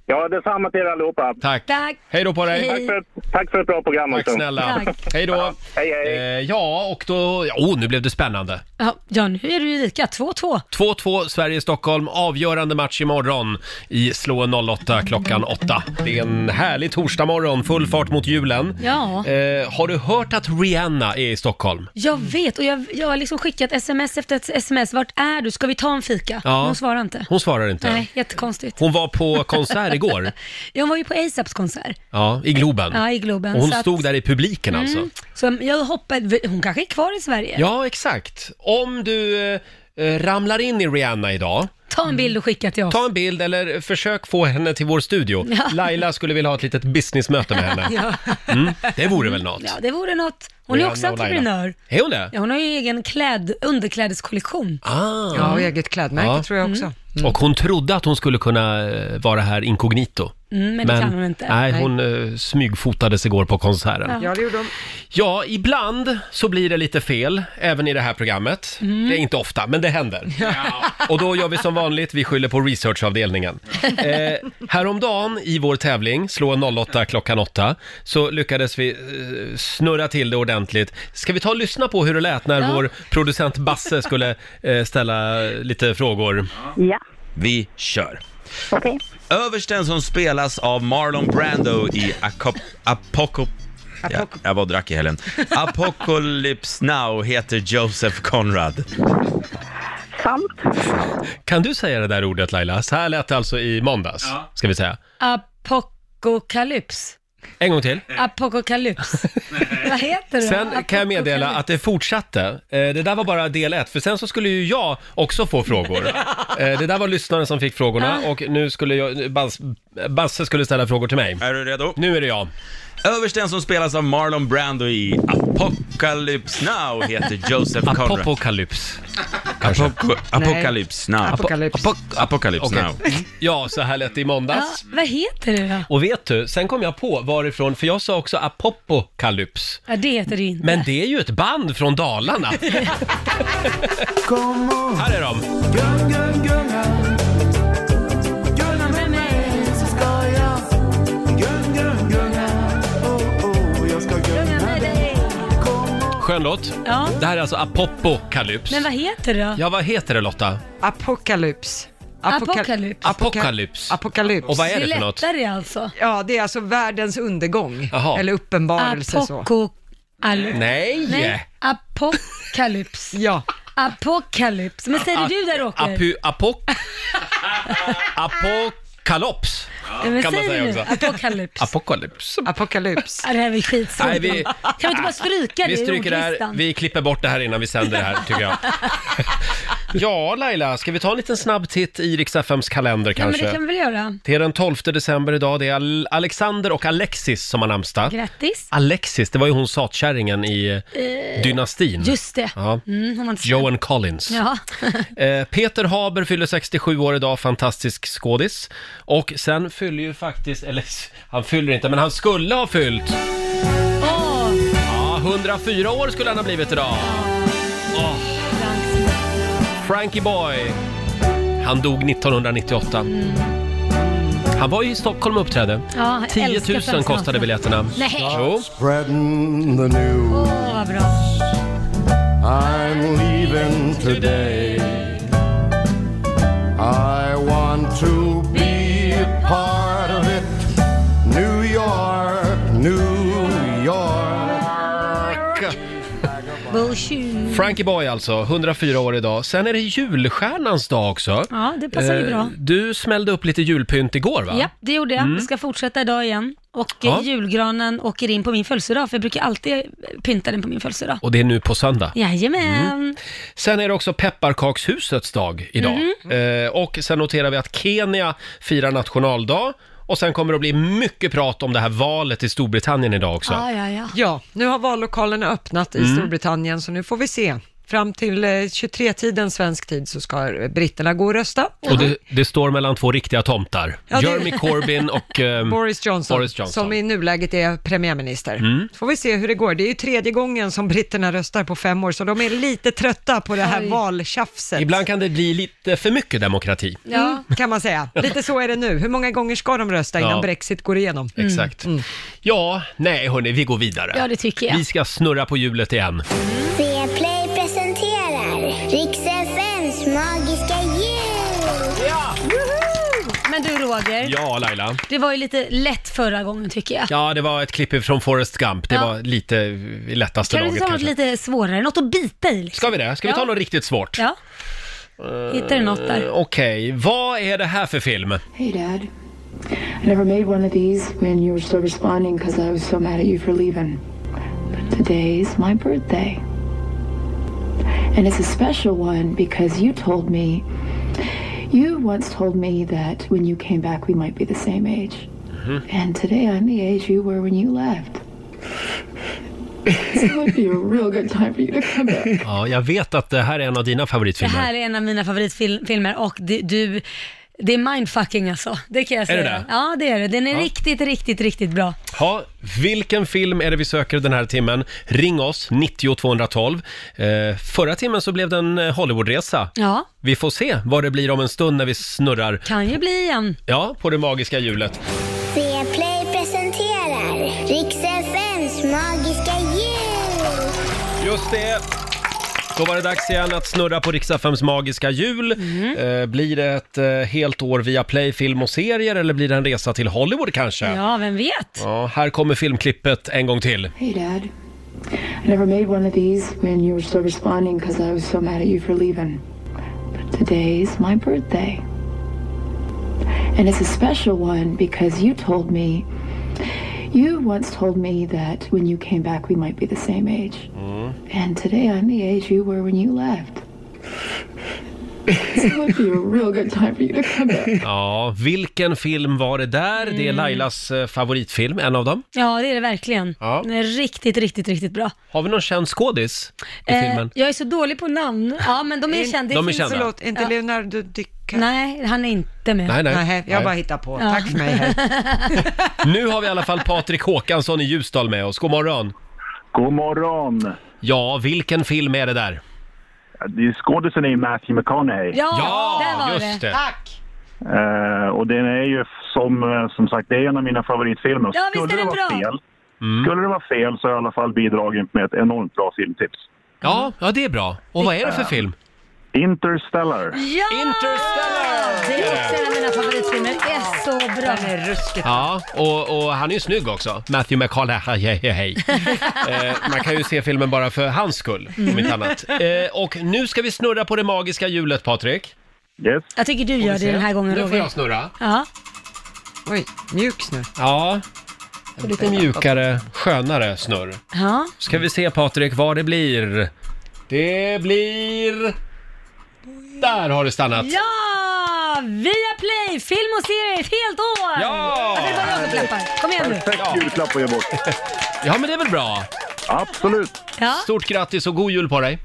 S22: Ja, detsamma till er allihopa.
S1: Tack! Hej då på dig!
S22: Tack för, tack för ett bra program
S1: Tack
S22: också.
S1: snälla! Hej då! Hej, hej. Eh, ja, och då... ja, Oh, nu blev det spännande!
S2: Ja, ja, nu är du ju lika. 2-2.
S1: 2-2 Sverige-Stockholm, avgörande match imorgon i Slå 08 klockan 8. Det är en härlig torsdagmorgon, full fart mot julen.
S2: Ja.
S1: Eh, har du hört att Rihanna är i Stockholm?
S2: Jag vet och jag, jag har liksom skickat sms efter ett sms. Vart är du? Ska vi ta en fika?
S1: Ja.
S2: Men Hon svarar inte.
S1: Hon svarar inte.
S2: Nej, jättekonstigt.
S1: Hon var på konsert igår,
S2: Jag var ju på ASAPs konsert.
S1: ja, i Globen.
S2: Ja, i Globen.
S1: Och hon
S2: så att-
S1: stod där i publiken alltså.
S2: Mm, så jag hoppas, hon kanske är kvar i Sverige.
S1: Ja, exakt. Om du eh, eh, ramlar in i Rihanna idag,
S2: Ta en bild och skicka till oss.
S1: ta en bild eller försök få henne till vår studio.
S2: Ja.
S1: Laila skulle vilja ha ett litet businessmöte med henne.
S2: Ja.
S1: Mm, det vore väl något.
S2: Ja, det vore något. Hon är
S1: Rihanna
S2: också
S1: och Laila.
S2: entreprenör.
S1: Är hon det?
S2: Ja, hon har ju egen kläd, underklädeskollektion.
S1: Ah.
S3: Ja, och eget klädmärke tror jag
S2: Mm.
S3: också.
S1: Mm. Och hon trodde att hon skulle kunna eh, vara här inkognito.
S2: Mm, men det kan hon inte.
S1: Nej,
S2: Nej.
S1: hon eh, smygfotades igår på konserten. Ja.
S3: Ja, det gjorde de.
S1: ibland så blir det lite fel, även i det här programmet. Det är inte ofta, men det händer. Och då gör vi som vanligt, vi skyller på researchavdelningen. Eh, häromdagen i vår tävling, slå 08 klockan 8, så lyckades vi eh, snurra till det ordentligt. Ska vi ta och lyssna på hur det lät när
S10: Ja.
S1: vår producent Basse skulle eh, ställa lite frågor?
S22: Ja.
S10: Vi kör.
S22: Okej.
S10: Översten som spelas av Marlon Brando i Acop- Apoco... Ja, jag var och drack i helgen. Apocalypse Now heter Joseph Conrad.
S1: Kan du säga det där ordet Laila? Så här lät det alltså i måndags, ska vi säga.
S2: Apokokalyps.
S1: En gång till.
S2: Apokokalyps. Vad heter det?
S1: Sen kan jag meddela att det fortsatte. Eh, Det där var bara del ett, för sen så skulle ju jag också få frågor. Eh, Det där var lyssnaren som fick frågorna
S10: Ah.
S1: och nu skulle jag, Bas, Basse skulle ställa frågor till mig.
S10: Är du redo?
S1: Nu är det jag.
S10: Översten som spelas av Marlon Brando i Apocalypse Now heter Joseph Conrad.
S1: Apocalypse.
S10: Apoco- Apocalypse Now.
S1: Apocalypse.
S10: Apo- Apocalypse
S1: Okej. Mm.
S10: Now.
S1: Ja, så här lät det i
S2: Ja,
S1: måndags.
S2: vad heter det då?
S1: Och vet du, sen kom jag på varifrån, för jag sa också apopokalyps.
S2: Ja, det heter det ju inte.
S1: Men det är ju ett band från Dalarna. Här är de.
S7: Oh,
S1: Skön låt.
S2: Ja.
S1: Det här är alltså apopokalyps.
S2: Men vad heter det då?
S1: Ja, vad heter det Lotta?
S3: Apokalyps.
S2: Apokalyps.
S1: Apokalyps.
S3: Apokalyps.
S1: Och vad är det för något?
S2: lättare alltså.
S3: Ja, det är alltså världens undergång.
S1: Jaha.
S3: Eller uppenbarelse så.
S2: Apokalyps.
S1: Nej.
S2: Nej. Apokalyps.
S3: ja.
S2: Apokalyps. Men säger du det där Roger?
S1: Apu, apok... Apok... Kalops,
S2: men
S1: kan man
S2: säg
S1: säga
S2: nu,
S1: också.
S2: apokalyps.
S1: Apokalyps.
S3: Apokalyps.
S2: Ja, det här är väl
S1: Nej,
S2: skitsvårt.
S1: vi-
S2: Kan vi inte bara stryka det
S1: Vi
S2: ur
S1: stryker det här,
S2: ordlistan?
S1: vi klipper bort det här innan vi sänder det här tycker jag. Ja, Laila, ska vi ta en liten snabb titt i Rix FMs kalender
S2: Ja, men
S1: kanske?
S2: det kan vi väl göra.
S1: Det är den 12 december idag, det är Al- Alexander och Alexis som har namnsdag.
S2: Grattis.
S1: Alexis, det var ju hon satkärringen i
S2: Eh,
S1: eh, Dynastin.
S2: Just det.
S1: Ja.
S2: Mm, hon var inte så-
S1: Joan Collins.
S2: Ja.
S1: Eh, Peter Haber fyller 67 år idag, fantastisk skådis. Och sen fyller ju faktiskt, eller han fyller inte, men han skulle ha fyllt,
S2: Åh,
S1: ja, 104 år skulle han ha blivit idag. Åh. Frankie Boy. Han dog 1998. Han var ju i Stockholm och uppträdde.
S2: Mm. Ja, jag
S1: 10
S2: älskar
S1: 000
S2: Frank
S1: kostade
S2: Sinatra.
S1: biljetterna.
S2: Nej.
S1: Jo.
S7: Spreading the news.
S2: Åh, vad bra.
S7: I'm leaving today. I want to be a part of it. New York, New York.
S2: Bullshit.
S1: Frankie Boy alltså, 104 år idag. Sen är det julstjärnans dag också.
S2: Ja, det passar ju
S1: Eh,
S2: bra.
S1: Du smällde upp lite julpynt igår va?
S2: Ja, det gjorde jag.
S1: Mm.
S2: Vi ska fortsätta idag igen. Och
S1: Ja.
S2: ja. julgranen åker in på min födelsedag, för jag brukar alltid pynta den på min födelsedag.
S1: Och det är nu på söndag.
S2: Jajamän.
S1: Mm. Sen är det också pepparkakshusets dag idag. Eh, och sen noterar vi att Kenya firar nationaldag. Och sen kommer det att bli mycket prat om det här valet i Storbritannien idag också.
S2: Ah, ja, ja.
S3: ja, nu har vallokalerna öppnat i
S1: Mm.
S3: Storbritannien, så nu får vi se. Fram till eh, 23-tiden svensk tid så ska eh, britterna gå och rösta.
S1: Och det, det står mellan två riktiga tomtar.
S3: Ja, det-
S1: Jeremy Corbyn och ehm,
S3: Boris Johnson,
S1: Boris Johnson.
S3: som i nuläget är premiärminister.
S1: Mm.
S3: Får vi se hur det går. Det är ju tredje gången som britterna röstar på fem år, så de är lite trötta på det här valtjafset.
S1: Ibland kan det bli lite för mycket demokrati.
S3: Ja. Kan man säga. Lite så är det nu. Hur många gånger ska de rösta innan
S1: Ja. Mm.
S3: Brexit går igenom?
S1: Exakt. Ja, nej hörni, vi går vidare.
S6: Ja, det tycker jag.
S1: Vi ska snurra på hjulet igen.
S6: Viaplay presenterar Rix FMs magiska jul! Ja!
S2: Men du Roger,
S1: Ja, Laila.
S2: det var ju lite lätt förra gången tycker jag.
S1: Ja, det var ett klipp från Forrest Gump. Det
S2: Ja.
S1: var lite i lättaste
S2: Kan du
S1: laget
S2: inte ta något
S1: kanske.
S2: lite svårare? Något att bita i liksom.
S1: Ska vi det? Äh, Ska vi
S2: Ja.
S1: ta något riktigt svårt?
S2: Ja.
S1: Eh,
S2: Hittar du något där?
S1: Okej, vad är det här för film?
S8: Hey, Dad. I never made one of these when you were still responding because I was so mad at you for leaving. But today's my birthday. And it's a special one because you told me, you once told me that when you came back we might be the same age. And today I'm the age you were when you left. so it would be a real good time for you to come back.
S1: Ja, jag vet att det här är en av dina
S2: Det
S1: favoritfilmer.
S2: här är en av mina favoritfilmer och det, du, det är mindfucking alltså. Det kan jag
S1: Är
S2: säga.
S1: det det?
S2: Ja, det är det. Den är
S1: Ja.
S2: riktigt, riktigt, riktigt bra.
S1: Ja, vilken film är det vi söker den här timmen? Ring oss, 90 212. Eh, förra timmen så blev det en eh, Hollywoodresa.
S2: Ja,
S1: Vi får se vad det blir om en stund när vi snurrar
S2: kan ju bli igen.
S1: ja, på det magiska hjulet.
S6: Viaplay presenterar Rix FMs magiska jul!
S1: Just det! Då var det dags igen att snurra på Riksaffems magiska hjul.
S2: Mm.
S1: Eh, blir det ett eh, helt år via play, film och serier eller blir det en resa till Hollywood kanske?
S2: Ja, vem vet?
S1: Ja, här kommer filmklippet en gång till.
S8: Hey, Dad. I never made one of these when you were still responding because I was so mad at you for leaving. But today's my birthday. And it's a special one because you told me, you once told me that when you came back we might be the same age. And today I'm the age you were when you left. so it would be a real good time for you to come back.
S1: Ja, vilken film var det där? Det är Lailas eh, favoritfilm, en av dem.
S2: Ja, det är det verkligen.
S1: Ja.
S2: Den är riktigt, riktigt, riktigt bra.
S1: Har vi någon känd skådis i
S2: Eh,
S1: filmen?
S2: jag är så dålig på namn. Ja, men de är kända.
S1: De är kända. Förlåt,
S3: inte Leonardo DiCaprio?
S2: Nej, han är inte med.
S1: Nej, nej.
S3: Nej, jag bara hittar på. Tack för mig. hej.
S1: Nu har vi i alla fall Patrik Håkansson i Ljusdal med oss. God morgon!
S23: God morgon!
S1: Ja, vilken film är det där?
S23: Det är Skådisen är ju Matthew McConaughey.
S2: Ja,
S1: Ja,
S2: där var
S1: just det.
S2: Tack.
S23: Eh, och den är ju som, eh, som sagt, det är en av mina favoritfilmer.
S2: Ja, visst är
S23: skulle det
S2: den
S23: vara
S2: bra?
S23: fel,
S1: Mm.
S23: skulle det vara fel så har jag i alla fall bidragit med ett enormt bra filmtips.
S1: Ja, ja det är bra. Och vad är det för film?
S23: Interstellar.
S2: Ja! Interstellar! Det är också en av mina favoritfilmer. Det är så bra. Den är
S3: ruskigt
S1: Ja, och, och han är ju snygg också. Matthew McConaughey. eh, man kan ju se filmen bara för hans skull, om inte annat. Eh, och nu ska vi snurra på det magiska hjulet, Patrik.
S23: Yes.
S2: Jag tycker du
S1: Får vi
S2: gör det
S1: se?
S2: den här gången,
S1: Nu
S2: Roger.
S1: får jag snurra.
S2: Ja.
S3: Oj, mjuk snurr.
S1: Ja, en lite mjukare, skönare snurr.
S2: Ja.
S1: Ska vi se Patrik vad det blir. Det blir... Där har det stannat.
S2: Ja! Via Play, film och serier ett helt år!
S1: Ja!
S2: Alltså, det är bara jag som klappar. Kom igen nu.
S1: julklapp att ge bort. Ja, men det är väl bra? Absolut.
S2: Ja.
S1: Stort grattis och god jul på dig.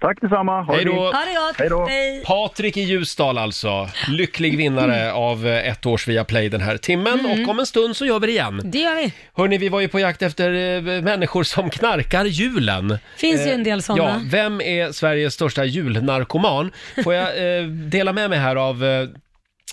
S1: Tack detsamma.
S2: det
S1: Hej då.
S2: fint. Ha det gott. Hej då. Hej. Mm.
S1: Patrik i Ljusdal alltså. Lycklig vinnare av eh, ett års Viaplay den här timmen. Och om en stund så gör vi det igen.
S2: Det gör vi.
S1: Hörni, vi var ju på jakt efter eh, människor som knarkar julen. Eh,
S2: Finns ju en del såna.
S1: Ja, vem är Sveriges största julnarkoman? Får jag eh, dela med mig här av eh,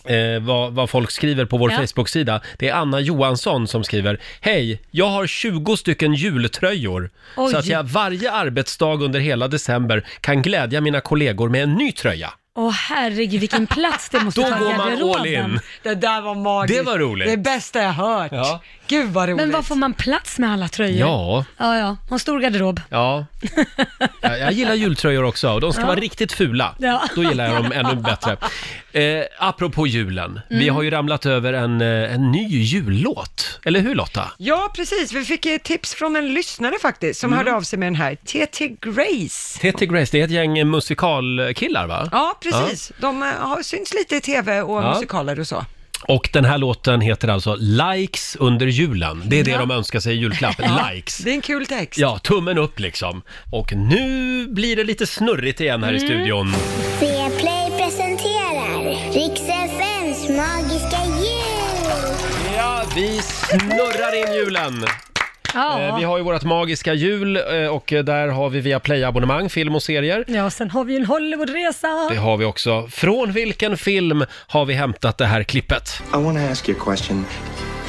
S1: Eh, vad, vad folk skriver på vår
S4: Ja.
S1: Facebook-sida. Det är Anna Johansson som skriver Hej, jag har 20 stycken jultröjor
S4: Oj.
S1: så att jag varje arbetsdag under hela december kan glädja mina kollegor med en ny tröja.
S2: Åh herregud vilken plats det måste
S1: Då
S2: ta i
S1: går man
S2: garderoben.
S1: all in.
S3: Det där var magiskt.
S1: Det var roligt.
S3: Det är bästa jag hört.
S1: Ja.
S3: Gud vad roligt.
S2: Men var får man plats med alla tröjor?
S1: Ja.
S2: Ja, ja. Ha en stor garderob.
S1: Ja, jag, jag gillar jultröjor också och de ska
S2: Ja.
S1: vara riktigt fula.
S2: Ja.
S1: Då gillar jag dem ännu bättre. Eh, apropå julen, vi
S3: Mm.
S1: har ju ramlat över en, eh, en ny jullåt. Eller hur Lotta?
S3: Ja, precis. Vi fick ett tips från en lyssnare faktiskt
S1: Mm.
S3: som hörde av sig med den här. TT Grace.
S1: TT Grace, det är ett gäng musikalkillar va?
S3: Ja, precis. De eh, har syns lite i tv och
S1: Ja.
S3: musikaler och så.
S1: Och den här låten heter alltså Likes under julen. Det är det
S3: Ja.
S1: de önskar sig i julklapp.
S3: Ja,
S1: Likes.
S3: Det är en kul text.
S1: Ja, tummen upp liksom. Och nu blir det lite snurrigt igen här i
S6: Mm.
S1: studion.
S6: Via Play presenterar Rix FMs magiska jul.
S1: Ja, vi snurrar in julen. Eh, Vi har ju vårt magiska jul eh, och där har vi via Play-abonnemang, film och serier.
S2: Ja, sen har vi ju en Hollywoodresa.
S1: Det har vi också. Från vilken film har vi hämtat det här klippet?
S11: I want to ask you a question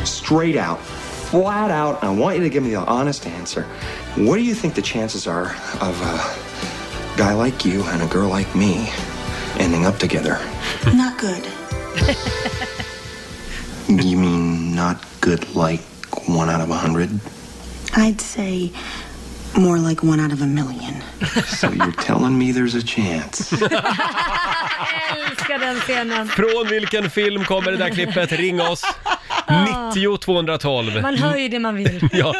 S11: straight out, flat out. I want you to give me the honest answer. What do you think the chances are of a guy like you and a girl like me ending up together?
S14: Not good.
S11: you mean not good like one out of a hundred?
S14: I'd say more like one out of a million.
S11: So you're telling me there's a chance.
S2: Älskar den scenen.
S1: Från vilken film kommer det där klippet? Ring oss! 90 212.
S2: Man hör ju det man vill.
S1: Ja.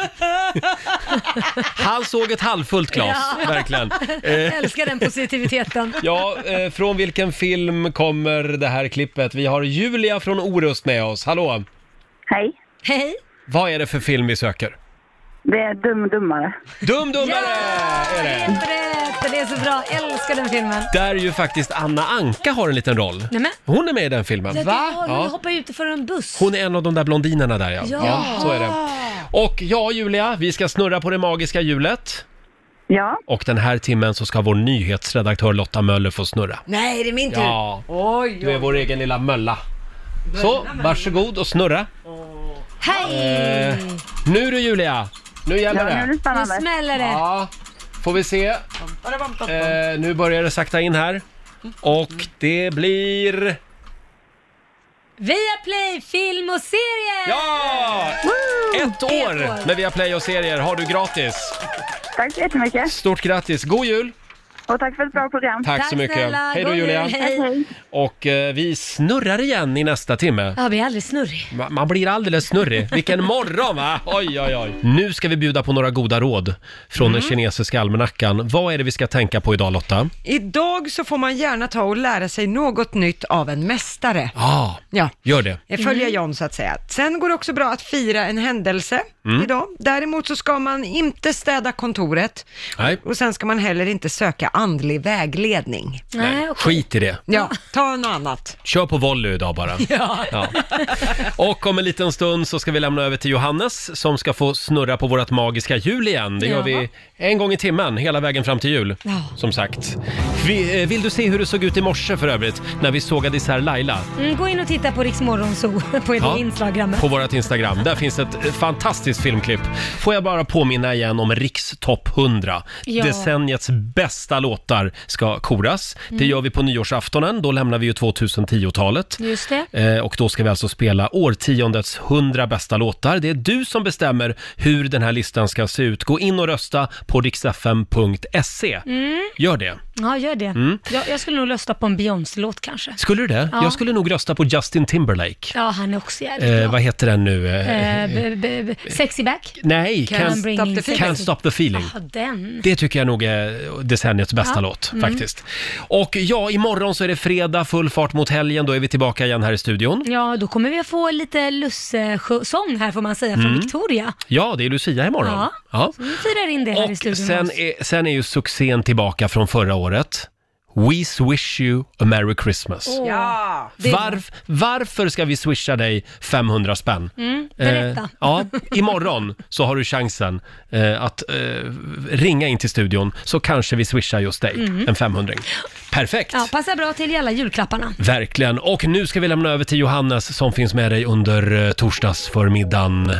S1: Han såg ett halvfullt glas,
S2: Ja.
S1: verkligen. Eh,
S2: Älskar den positiviteten.
S1: ja, eh, från vilken film kommer det här klippet? Vi har Julia från Orust med oss. Hallå!
S12: Hej.
S2: Hej.
S1: Vad är det för film vi söker?
S12: Det är Dum Dummare.
S1: Dum Dummare!
S2: Ja,
S1: är det.
S2: helt rätt! Det är så bra. Älskar den filmen.
S1: Där ju faktiskt Anna Anka har en liten roll.
S2: Nej, men.
S1: Hon är med i den filmen.
S2: Va? Ja.
S1: Ja.
S2: hoppar ut för en buss.
S1: Hon är en av de där blondinerna där ja.
S2: Ja.
S1: så är det. Och ja, Julia, vi ska snurra på det magiska hjulet.
S12: Ja.
S1: Och den här timmen så ska vår nyhetsredaktör Lotta Möller få snurra.
S3: Nej, det är min tur.
S1: Ja.
S3: Oj,
S1: Du är
S3: oj.
S1: vår egen lilla mölla. Så, varsågod och snurra.
S2: Hej!
S1: Eh, nu du Julia, nu gäller
S2: Ja, nu är
S1: det.
S2: det spännande. Nu smäller det.
S1: Ja, får vi se. Eh, nu börjar det sakta in här. Och det blir...
S2: Via Play film och serier!
S1: Ja! Ett år med Viaplay och serier har du gratis.
S12: Tack så jättemycket.
S1: Stort grattis, god jul!
S12: Och tack för ett bra program.
S1: Tack så Tack mycket. snälla. Hej då, God jul. Julia. Hej. Och eh, vi snurrar igen i nästa timme.
S2: Ja, vi är aldrig snurrig.
S1: Ma- Man blir alldeles snurrig. Vilken morgon va? Oj, oj, oj. Nu ska vi bjuda på några goda råd från den kinesiska almanackan. Vad är det vi ska tänka på idag Lotta?
S3: Idag så får man gärna ta och lära sig något nytt av en mästare.
S1: Ah,
S3: Ja.
S1: Gör det.
S3: Eh, Följa John så att säga. Sen går det också bra att fira en händelse
S1: Mm.
S3: idag. Däremot så ska man inte städa kontoret.
S1: Nej.
S3: Och sen ska man heller inte söka andlig vägledning.
S1: Nej, Skit i det.
S3: Ja, ta något annat.
S1: Kör på volley idag bara.
S3: Ja.
S1: Ja. Och om en liten stund så ska vi lämna över till Johannes som ska få snurra på vårt magiska hjul igen. Det gör
S2: Ja.
S1: vi en gång i timmen hela vägen fram till jul.
S2: Ja.
S1: Som sagt. Vi, eh, vill du se hur det såg ut i morse för övrigt när vi sågade isär Laila?
S2: Mm, gå in och titta på Rix Morgonzoo på
S1: Ja,
S2: ja. Instagram.
S1: På vårt Instagram. Där finns ett eh, fantastiskt filmklipp. Får jag bara påminna igen om Rikstopp 100.
S2: Ja.
S1: Decenniets bästa låtar ska koras. Det
S2: Mm.
S1: gör vi på nyårsaftonen, då lämnar vi ju 2010-talet.
S2: Just det.
S1: Eh, Och då ska vi alltså spela årtiondets 100 bästa låtar. Det är du som bestämmer hur den här listan ska se ut. Gå in och rösta på riksfm.se.
S2: Mm.
S1: Gör det.
S2: Ja, gör det.
S1: Mm.
S2: Jag, jag skulle nog rösta på en Beyoncé-låt kanske.
S1: Skulle du det?
S2: Ja.
S1: Jag skulle nog rösta på Justin Timberlake.
S2: Ja, han är också jävligt
S1: Eh,
S2: bra.
S1: vad heter den nu? Eh,
S2: Eh, b- b- b- sexy back?
S1: Nej, Can't
S2: bring
S1: Stop
S2: in
S1: the
S2: sexy.
S1: Feeling. Can't Stop the Feeling.
S2: Ah, den.
S1: Det tycker jag nog är decenniets bästa
S2: Ja.
S1: låt
S2: Mm.
S1: faktiskt. Och ja, imorgon så är det fredag, full fart mot helgen. Då är vi tillbaka igen här i studion.
S2: Ja, då kommer vi att få lite lussesång här får man säga, från
S1: Mm.
S2: Victoria.
S1: Ja, det är Lucia imorgon.
S2: Ja.
S1: Ja.
S2: Så vi firar in det här i studion. med
S1: Sen
S2: oss.
S1: är, sen är ju succén tillbaka från förra året. We swish you a merry Christmas.
S2: Åh, Ja. det är bra.
S1: Varf, varför ska vi swisha dig 500 spänn?
S2: Mm, berätta.
S1: Eh, ja, imorgon så har du chansen eh, att eh, ringa in till studion så kanske vi swishar just dig
S2: Mm.
S1: en 500 Perfekt!
S2: Ja, passar bra till alla julklapparna.
S1: Verkligen. Och nu ska vi lämna över till Johannes som finns med dig under eh, torsdagsförmiddagen.